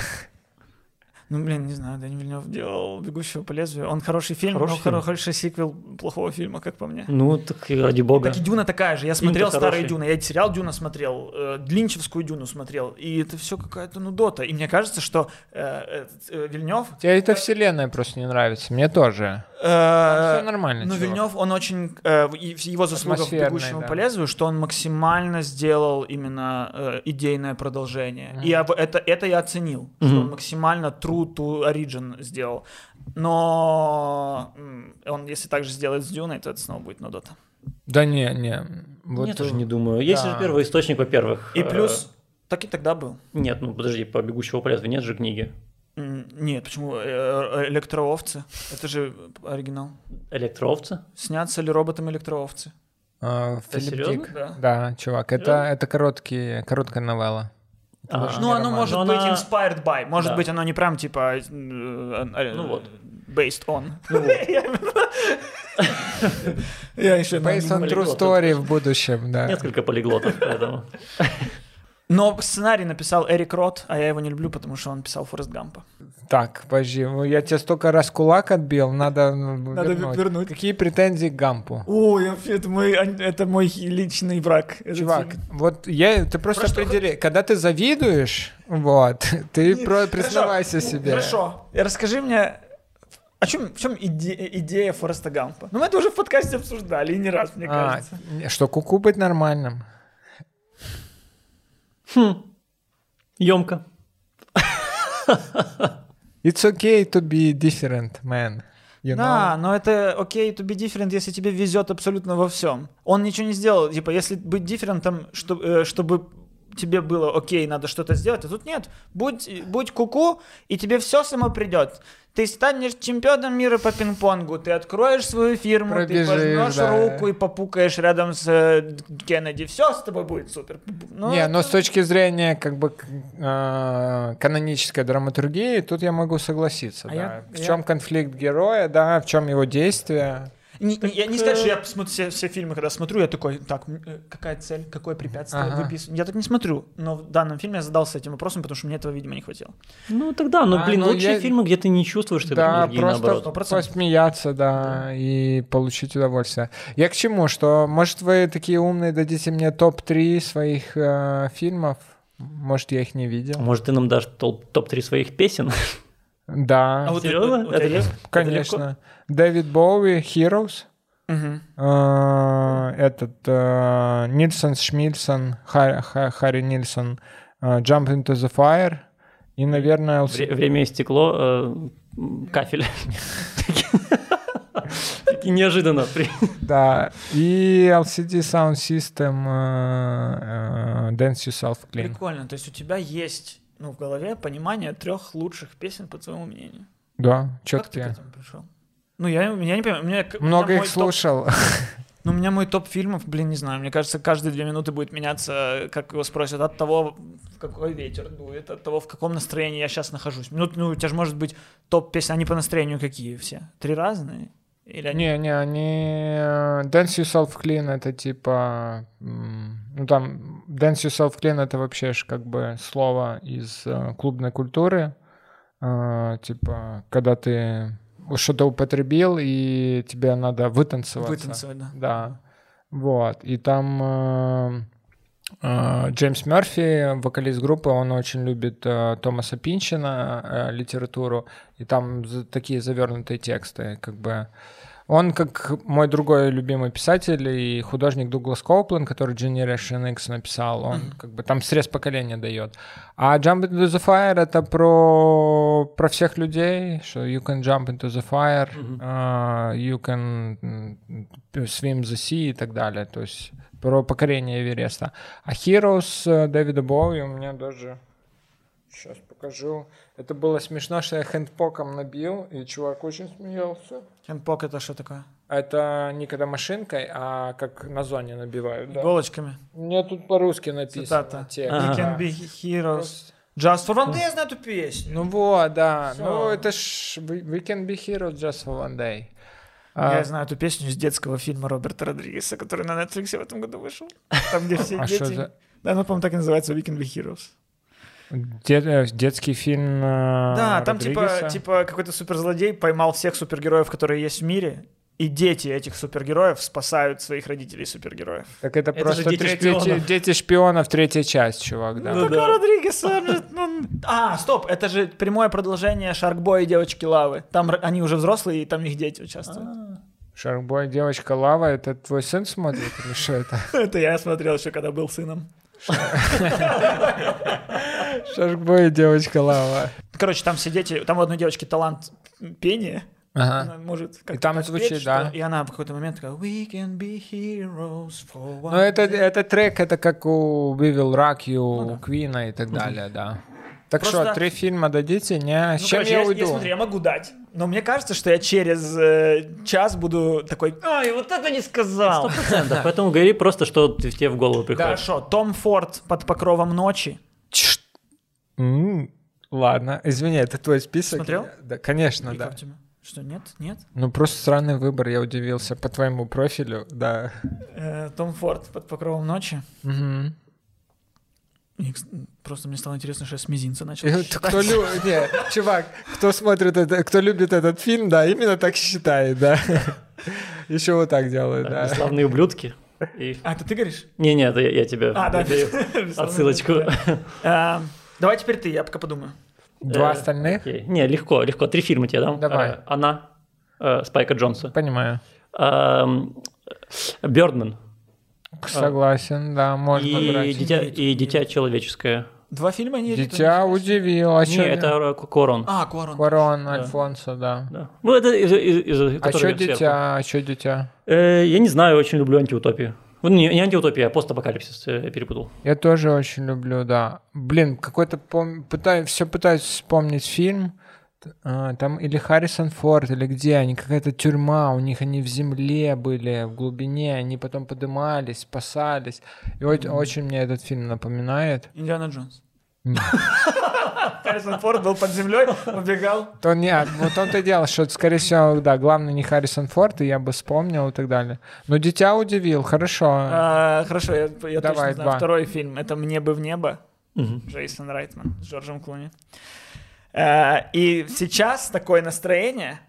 C: Ну, блин, не знаю, Дани Вильнёв делал «Бегущего по лезвию». Он хороший фильм,
B: Хороший
C: но
B: фильм.
C: хороший сиквел плохого фильма, как по мне.
B: Ну, так и ради бога.
C: Так и «Дюна» такая же. Я смотрел
B: Инка
C: старые
B: хороший.
C: «Дюны», я сериал «Дюна» смотрел, э, «Длинчевскую Дюну» смотрел, и это все какая-то нудота. И мне кажется, что э, этот, э, Вильнёв...
A: Тебе эта вселенная просто не нравится, мне тоже.
C: э,
A: Все нормально.
C: но
A: чувак.
C: Вильнёв, он очень... э, и в- его заслуга в
A: Атмосферный,
C: «Бегущему
A: да.
C: по лезвию», что он максимально сделал именно э, идейное продолжение.
A: Мгм.
C: И об- это, это я оценил, что
B: Мгм.
C: он максимально true to origin сделал. Но м, он, если так же сделает с «Дюной», то это снова будет Нудота.
A: Да не, не. Вот
B: Я тоже не думаю. Есть
A: ну, да.
B: же первый источник, во-первых.
C: И
B: э,
C: плюс... Так и тогда был.
B: Нет, ну подожди, по «Бегущего по лезвию» нет же книги.
C: М, Нет, почему? Э, э, Электроовцы. Это же оригинал.
B: Электроовца?
C: Снятся ли роботом электроовцы?
A: А, Филипп
B: серьёзно?
A: Дик.
C: Да.
A: Да, чувак, это,
B: Серьёзно?
A: это короткие, короткая новелла.
B: А,
A: даже
C: Ну,
A: не
C: оно
A: роман.
C: может
B: Но
C: быть
B: она-
C: inspired by. Может
B: Да.
C: быть, оно не прям типа... э, э,
B: Ну вот.
C: Based on.
B: Ну вот.
C: Я еще...
A: Based on
B: полиглот,
A: true story в будущем, да.
B: Несколько полиглотов, поэтому.
C: Но сценарий написал Эрик Рот, а я его не люблю, потому что он писал Форест Гампа.
A: Так, подожди, ну, я тебе столько раз кулак отбил, надо, ну,
C: Надо
A: вернуть.
C: вернуть.
A: Какие претензии к Гампу?
C: О, это мой, а, это мой личный враг.
A: Чувак, вот я, ты просто
C: Просто
A: определи, когда ты завидуешь, вот, ты про- признавайся себе.
C: Хорошо. Расскажи мне, о чем, в чем иде- идея Фореста Гампа? Ну, мы это уже в подкасте обсуждали, и не раз, мне
A: А,
C: кажется.
A: что куку быть нормальным.
B: Емко.
A: It's okay to be different, man. You
C: Да,
A: know?
C: но это окей to be different, если тебе везет абсолютно во всем. Он ничего не сделал. Типа, если быть дифферентом, чтоб- э, чтобы тебе было окей, надо что-то сделать, а тут нет. Будь, будь куку, и тебе все само придет. Ты станешь чемпионом мира по пинг-понгу, ты откроешь свою фирму,
A: Пробежишь,
C: ты пожмешь
A: да.
C: руку и попукаешь рядом с э, Кеннеди. Все с тобой будет супер. Ну,
A: не, но
C: это-
A: с точки зрения как бы к- э, канонической драматургии, тут я могу согласиться.
C: А
A: да.
C: я-
A: в
C: я-
A: чем конфликт героя, да, в чем его действие.
C: Не- не- я не
B: э,
C: скажу, что я посмотрю все, все фильмы, когда смотрю, я такой, так, м, э, какая цель, какое препятствие
A: Ага.
C: выписываю. Я так не смотрю, но в данном фильме я задался этим вопросом, потому что мне этого, видимо, не хватило.
B: Ну тогда, ну
A: А,
B: блин,
A: ну,
B: лучшие
A: я-
B: фильмы, где ты не чувствуешь
A: Да,
B: ты драматургии,
A: просто
B: наоборот.
C: 100%.
A: посмеяться, да, и получить удовольствие. Я к чему, что, может, вы такие умные дадите мне топ-3 своих э, фильмов? Может, я их не видел?
B: Может, ты нам дашь топ- топ-3 своих песен?
A: Да,
C: А вот
B: Серьезно?
C: у- у тебя
B: Это
C: есть?
B: легко?
A: конечно. Дэвид Боуи, Heroes.
C: Мгм.
A: Э, этот э, Нильсон Шмильсон, Ха- Ха- Харри Нильсон, э, Jump into the Fire и, наверное, LC...
B: Вре- Время и стекло, э, м, кафель. Такие Неожиданно. при-
A: да, и LCD Sound System э, э, Dance Yourself Clean.
C: Прикольно, то есть у тебя есть ну, в голове понимание трех лучших песен, по твоему мнению.
A: Да,
C: Как ты к
A: четкие.
C: этому пришел? Ну, я, я не понимаю. у меня к- у
A: Много
C: меня
A: их
C: мой топ-
A: слушал.
C: Ну, у меня мой топ фильмов, блин, не знаю. Мне кажется, каждые две минуты будет меняться, как его спросят, от того, в какой ветер дует, от того, в каком настроении я сейчас нахожусь. Ну, ну у тебя же может быть топ песен, они по настроению какие все? Три разные? Или они...
A: Не, не, они... э, Dance Yourself Clean это типа... м, Ну там, Dance Yourself Clean это вообще ж как бы слово из э, клубной культуры. Э, Типа, когда ты что-то употребил, и тебе надо вытанцеваться.
C: Вытанцевать, да.
A: Да. Вот. И там э, э, Джеймс Мерфи, вокалист группы, он очень любит э, Томаса Пинчина, э, литературу, и там за- такие завернутые тексты, как бы. Он, как мой другой любимый писатель и художник Дуглас Коуплен, который Generation X написал, он
C: Мгм.
A: как бы там срез поколения дает. А Jump into the Fire это про, про всех людей, что you can jump into the fire,
B: Мгм.
A: э, you can м, swim the sea и так далее. То есть про покорение Эвереста. А Heroes э, Дэвида Боуи у меня даже... Сейчас покажу. Это было смешно, что я хендпоком набил, и чувак очень смеялся.
C: Хендпок это что такое?
A: Это не когда машинкой, а как на зоне набивают. Да.
C: Иголочками.
A: У меня тут по-русски написано.
C: Цитата.
A: текст,
B: Ага.
C: You
A: да.
C: can be heroes.
A: Просто-
C: Just for one day я знаю эту песню.
A: Ну вот, да.
C: Всё.
A: Ну это ж we, we can be heroes just for one day. А,
C: Я знаю эту песню из детского фильма Роберта Родригеса, который на Netflix в этом году вышел. Там, где все
A: А что
C: дети...
A: за-
C: Да, она, по-моему, так и называется We Can Be Heroes.
A: де- э, детский фильм. э,
C: Да, там типа, типа какой-то суперзлодей поймал всех супергероев, которые есть в мире, и дети этих супергероев спасают своих родителей супергероев.
A: Так это,
B: Это же
A: просто
B: «Дети
A: третья-
B: шпионов».
A: дети шпионов, третья часть, чувак, да.
B: Ну
C: Ну,
B: да.
C: так Родригес, он же, ну, А, стоп, это же прямое продолжение Шаркбоя и девочки Лавы. Там р- они уже взрослые, и там их дети участвуют.
A: Шаркбой, девочка лава, это твой сын смотрит или что это?
C: Это я смотрел еще, когда был сыном.
A: Шаркбой, девочка лава.
C: Короче, там все дети, там у одной девочки талант пения,
A: Ага.
C: она может как-то
A: А. там
C: так
A: звучит,
C: петь, что-
A: да.
C: И она в какой-то момент такая, we can be heroes for one
A: Ну это
C: day».
A: это трек, это как у We Will Rock You,
C: Ну
A: у Квина и так далее, да. Так
C: Просто-
A: что, три фильма дадите, не? С
C: Ну,
A: чем
C: короче,
A: я
C: я,
A: уйду?
C: смотри, я могу дать. Но мне кажется, что я через э, час буду такой, ай, вот это не сказал.
B: Да, Поэтому говори просто, что ты- тебе в голову приходит.
C: Хорошо, Том Форд под покровом ночи.
A: Чш. М, Ладно, извини, это твой список.
C: Смотрел?
A: Да, конечно,
C: И
A: да.
C: как тебе? Что, нет? Нет?
A: Ну просто странный выбор, я удивился по твоему профилю, да.
C: Э, Том Форд под покровом ночи.
A: Мгм.
C: И, кс- Просто мне стало интересно, что я с мизинца начал.
A: И вот
C: считать.
A: Кто лю- не, чувак, кто смотрит это, кто любит этот фильм, да, именно так считает, да. Еще вот так делают,
B: Да,
A: да.
B: Бесславные ублюдки. И-
C: А, это ты говоришь?
B: Не-не, это я я тебе
C: А, да.
B: даю отсылочку.
C: Э, Давай теперь ты, я пока подумаю.
A: Два
B: Э,
A: остальных?
B: Окей. Не, легко, легко. Три фильма тебе дам.
A: Давай.
B: Э, Она, э, Спайка Джонса.
A: Понимаю.
B: Эм, Бёрдман.
A: Согласен, да, можно
B: И
A: брать.
B: дитя, и дитя человеческое.
C: Два фильма не
A: Дитя удивило. А
B: Не,
A: чё
B: это Ро- Корон.
C: А, Куарон.
A: Куарон Альфонсо, да.
B: Да. Ну, это из, из- из-
A: А
B: который
A: что
B: идет сверху.
A: дитя? А что дитя?
B: Э, я не знаю, очень люблю антиутопию. Ну, не, не антиутопия, а постапокалипсис э, перепутал.
A: Я тоже очень люблю, да. Блин, какой-то пом... пытаюсь, все пытаюсь вспомнить фильм. Т- а, Там или Харрисон Форд, или где они, какая-то тюрьма, у них они в земле были, в глубине, они потом подымались, спасались. И о- очень мне этот фильм напоминает.
C: Индиана Джонс.
A: Нет.
C: Харрисон Форд был под землей, убегал.
A: То нет, вот он то и дело, что, скорее всего, да, главное не Харрисон Форд, и я бы вспомнил и так далее. Но дитя удивил, хорошо.
C: А, Хорошо, я я точно
A: Давай,
C: знаю.
A: два.
C: Второй фильм. Это «Мне бы в небо».
B: Мгм.
C: Джейсон Райтман с Джорджем Клуни. Э, И сейчас такое настроение.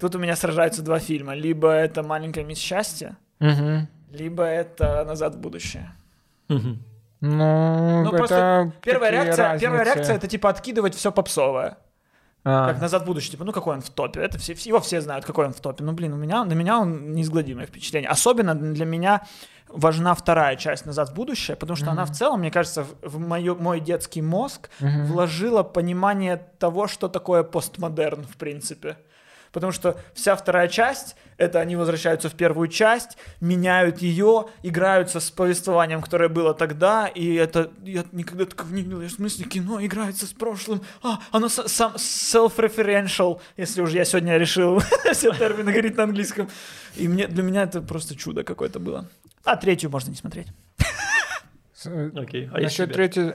C: Тут у меня сражаются два фильма. Либо это «Маленькая мисс счастья»,
A: Мгм.
C: либо это «Назад в будущее».
B: Мгм.
A: Ну,
C: Ну,
A: это
C: просто первая
A: такие
C: реакция,
A: разницы.
C: первая реакция это типа откидывать все попсовое.
A: А,
C: Как назад в будущее, типа, ну какой он в топе. Это все, его все знают, какой он в топе. Ну, блин, у меня, на меня он неизгладимое впечатление. Особенно для меня важна вторая часть назад в будущее, потому что она в целом, мне кажется, в, в моё- мой детский мозг
A: Мгм.
C: вложила понимание того, что такое постмодерн, в принципе. Потому что вся вторая часть это они возвращаются в первую часть, меняют ее, играются с повествованием, которое было тогда, и это я никогда такого не видел. Я в смысле кино играется с прошлым, а оно с- сам self-referential, если уже я сегодня решил все термины говорить на английском. И мне для меня это просто чудо какое-то было. А третью можно не смотреть.
A: с- э,
B: Окей. А если
A: Насчет
B: тебя?
A: третьей...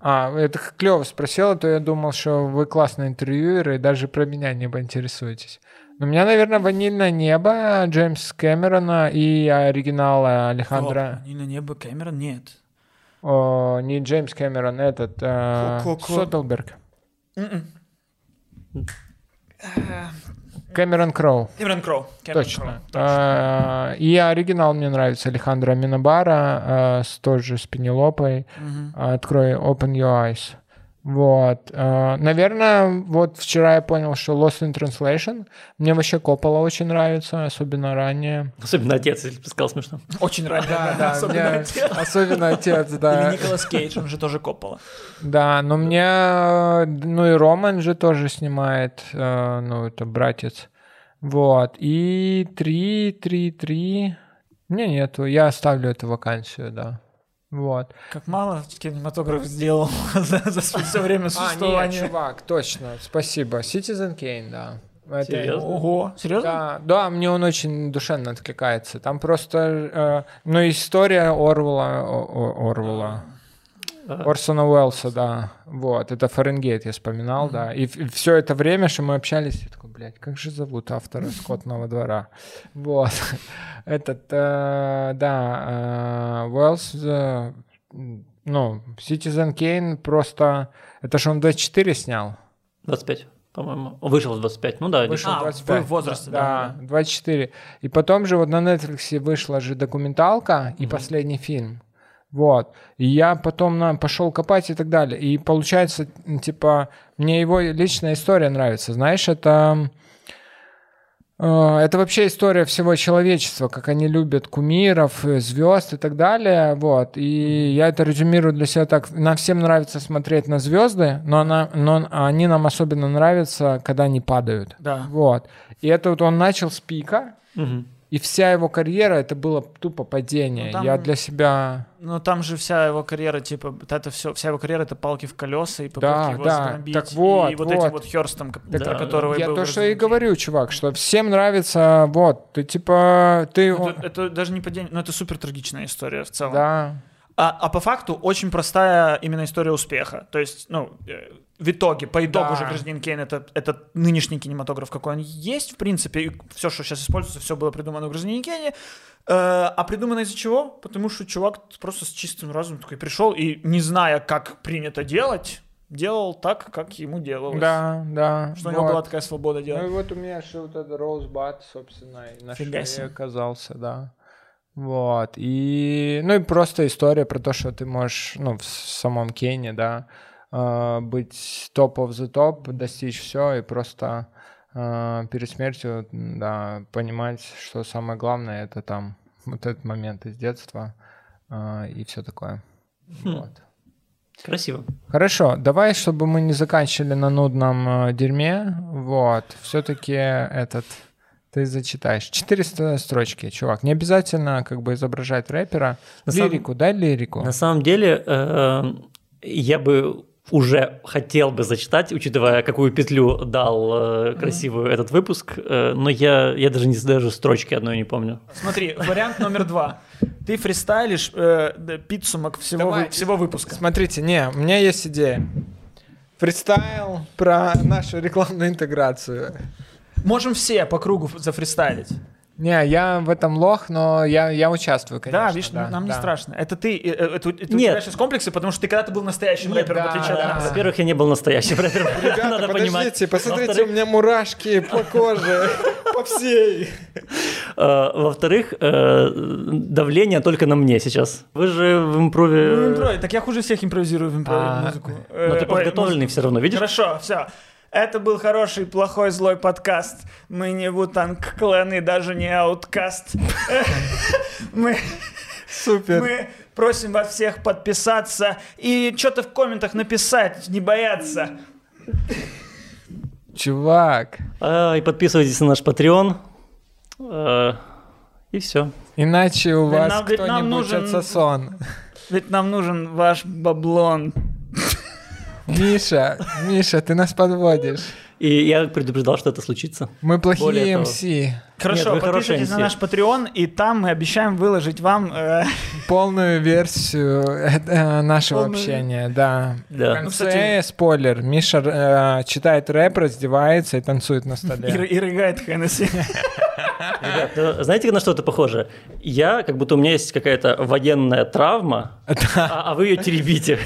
A: А, это клево спросила, то я думал, что вы классные интервьюеры, и даже про меня не поинтересуетесь. Но у меня, наверное, «Ванильное небо» Джеймс Кэмерона и оригинала Алехандро...
C: Ни на небо камера нет.
A: О, не Джеймс Кэмерон, этот... э,
C: Ко-ко-ко.
A: Содерберг.
C: Мгм.
A: Кэмерон Кроу,
C: Кэмерон Кроу. Кэмерон
A: точно.
C: Кроу.
A: Э, И оригинал мне нравится Алехандро Минобара, э, с тоже с Пенелопой.
C: Мгм.
A: А, Открой Open Your Eyes. Вот. Э, Наверное, вот вчера я понял, что Lost in Translation. Мне вообще Коппола очень нравится, особенно ранее.
B: Особенно отец, если бы ты сказал смешно.
C: Очень ранний, особенно отец.
A: особенно отец,
C: Или
A: да.
C: Николас Кейдж, он же тоже Коппола.
A: Да, но мне... э, Ну и Роман же тоже снимает, э, ну это братец. Вот. И три, три, три... Не, нету. Я оставлю эту вакансию, да. Вот.
C: Как мало кинематограф сделал за, за все время
A: А, нет,
C: существования.
A: чувак, точно. Спасибо. Citizen Kane, да. Это-
B: Серьезно?
C: Ого, серьезно?
A: Да, да, мне он очень душевно откликается. Там просто, э, ну, история Орвела, О- О- Орвела,
B: А,
A: Орсона Уэллса, да, вот, это Фаренгейт я вспоминал, да, и все это время, что мы общались, я такой, блядь, как же зовут автора «Скотного двора», вот, этот, э, да, э, Уэллс, э, м, ну, Citizen Kane просто, это же он 24 снял,
B: 25, по-моему. Он Вышел в 25, ну да. не-
A: Вышел
C: А,
A: 25.
C: в возрасте, да,
A: да. 24. И потом же вот на Netflix вышла же документалка и
B: Мгм.
A: последний фильм. Вот. И я потом на, пошел копать и так далее. И получается, м, типа, мне его личная история нравится. Знаешь, это... э, Это вообще история всего человечества, как они любят кумиров, звезд и так далее. Вот. И я это резюмирую для себя так. Нам всем нравится смотреть на звезды, но, она, но они нам особенно нравятся, когда они падают.
C: Да.
A: Вот. И это вот он начал с пика,
B: Мгм.
A: и вся его карьера это было тупо падение.
C: Ну, там-
A: Я для себя.
C: Но там же вся его карьера, типа, вот это все, вся его карьера это палки в колеса и попытки
A: Да,
C: его
A: да,
C: сгнобить.
A: так вот,
C: и вот, этим
A: вот.
C: вот Херстом, ко-
B: Так
C: про
B: да.
C: которого и
A: Я
C: был
A: то, что и
C: разумеется.
A: говорю, чувак, что всем нравится, вот, ты типа, ты... он-
C: Ну, Это, это даже не падение, но это супер трагичная история в целом.
A: Да.
C: А, а по факту очень простая именно история успеха. То есть, ну, э, в итоге, по итогу
A: Да.
C: же «Гражданин Кейн» это, — это нынешний кинематограф, какой он есть, в принципе. И все, что сейчас используется, все было придумано в «Гражданине Кейне». Э, а придумано из-за чего? Потому что чувак просто с чистым разумом такой пришел и, не зная, как принято делать, делал так, как ему делалось.
A: Да, да.
C: Что у него
A: вот.
C: была такая свобода
A: Ну и
C: делать.
A: вот у меня еще вот этот Роузбат, собственно, и на
C: Фига
A: шее
C: себе.
A: оказался, да. Вот, и, ну и просто история про то, что ты можешь, ну, в самом Кене, да, э, быть топ of the топ, достичь все и просто э, перед смертью, м, да, понимать, что самое главное, это там вот этот момент из детства э, и все такое. Вот.
B: Красиво.
A: Хорошо, давай, чтобы мы не заканчивали на нудном э, дерьме. Вот, все-таки этот ты зачитаешь. 400 строчки, чувак. Не обязательно как бы изображать рэпера.
B: На самом-
A: лирику, дай лирику.
B: На самом деле, э, я бы уже хотел бы зачитать, учитывая, какую петлю дал э, красивую этот выпуск, э, но я, я даже, не, даже строчки одной не помню.
C: Смотри, вариант номер два. Ты фристайлишь э, д- подсумок всего,
A: Давай.
C: вы- всего выпуска.
A: Смотрите, не, у меня есть идея. Фристайл про нашу рекламную интеграцию.
C: Можем все по кругу ф- зафристайлить.
A: Не, я в этом лох, но я, я участвую, конечно.
C: да, видишь, нам не
A: да.
C: страшно. Это ты, э, э, это, у- это у
B: Нет.
C: тебя сейчас комплексы, потому что ты когда-то был настоящим
A: Нет,
C: рэпером, в
A: да,
C: отличие от
A: да.
C: нас.
B: Во-первых, я не был настоящим рэпером.
A: Ребята,
B: Надо
A: подождите,
B: понимать.
A: посмотрите,
B: Во-вторых,
A: у меня мурашки по коже, по всей.
B: э, Во-вторых, э, давление только на мне сейчас. Вы же в импрове...
C: Ну, импро- Так я хуже всех импровизирую в импрове
A: А,
C: музыку.
B: Но
C: Э,
B: ты
C: ой,
B: подготовленный все равно, видишь?
C: Хорошо, все. Это был хороший, плохой, злой подкаст. Мы не Вутанг Клэн и даже не Ауткаст. Мы,
A: Супер.
C: мы просим вас всех подписаться и что-то в комментах написать, не бояться.
A: Чувак,
B: А, И подписывайтесь на наш Patreon. Э, И все.
A: иначе у
C: Да
A: вас
C: нам ведь- нам
A: кто-нибудь
C: нужен-
A: отсосон.
C: Ведь нам нужен ваш баблон.
A: Миша, Миша, ты нас подводишь.
B: И я предупреждал, что это случится.
A: Мы
B: Более
A: плохие
B: того.
A: МС.
C: Хорошо,
B: вы хорошие
C: подписывайтесь на
B: MC.
C: наш Patreon, и там мы обещаем выложить вам... э,
A: Полную версию э, э, нашего
C: Полную.
A: общения, да.
B: Да.
A: В конце
C: Ну, кстати-
A: спойлер. Миша э, читает рэп, раздевается и танцует на
C: и
A: столе.
C: ры- и рыгает Хеннесси.
B: Ребят, ну, знаете, на что это похоже? Я, как будто у меня есть какая-то военная травма, а, а вы ее теребите.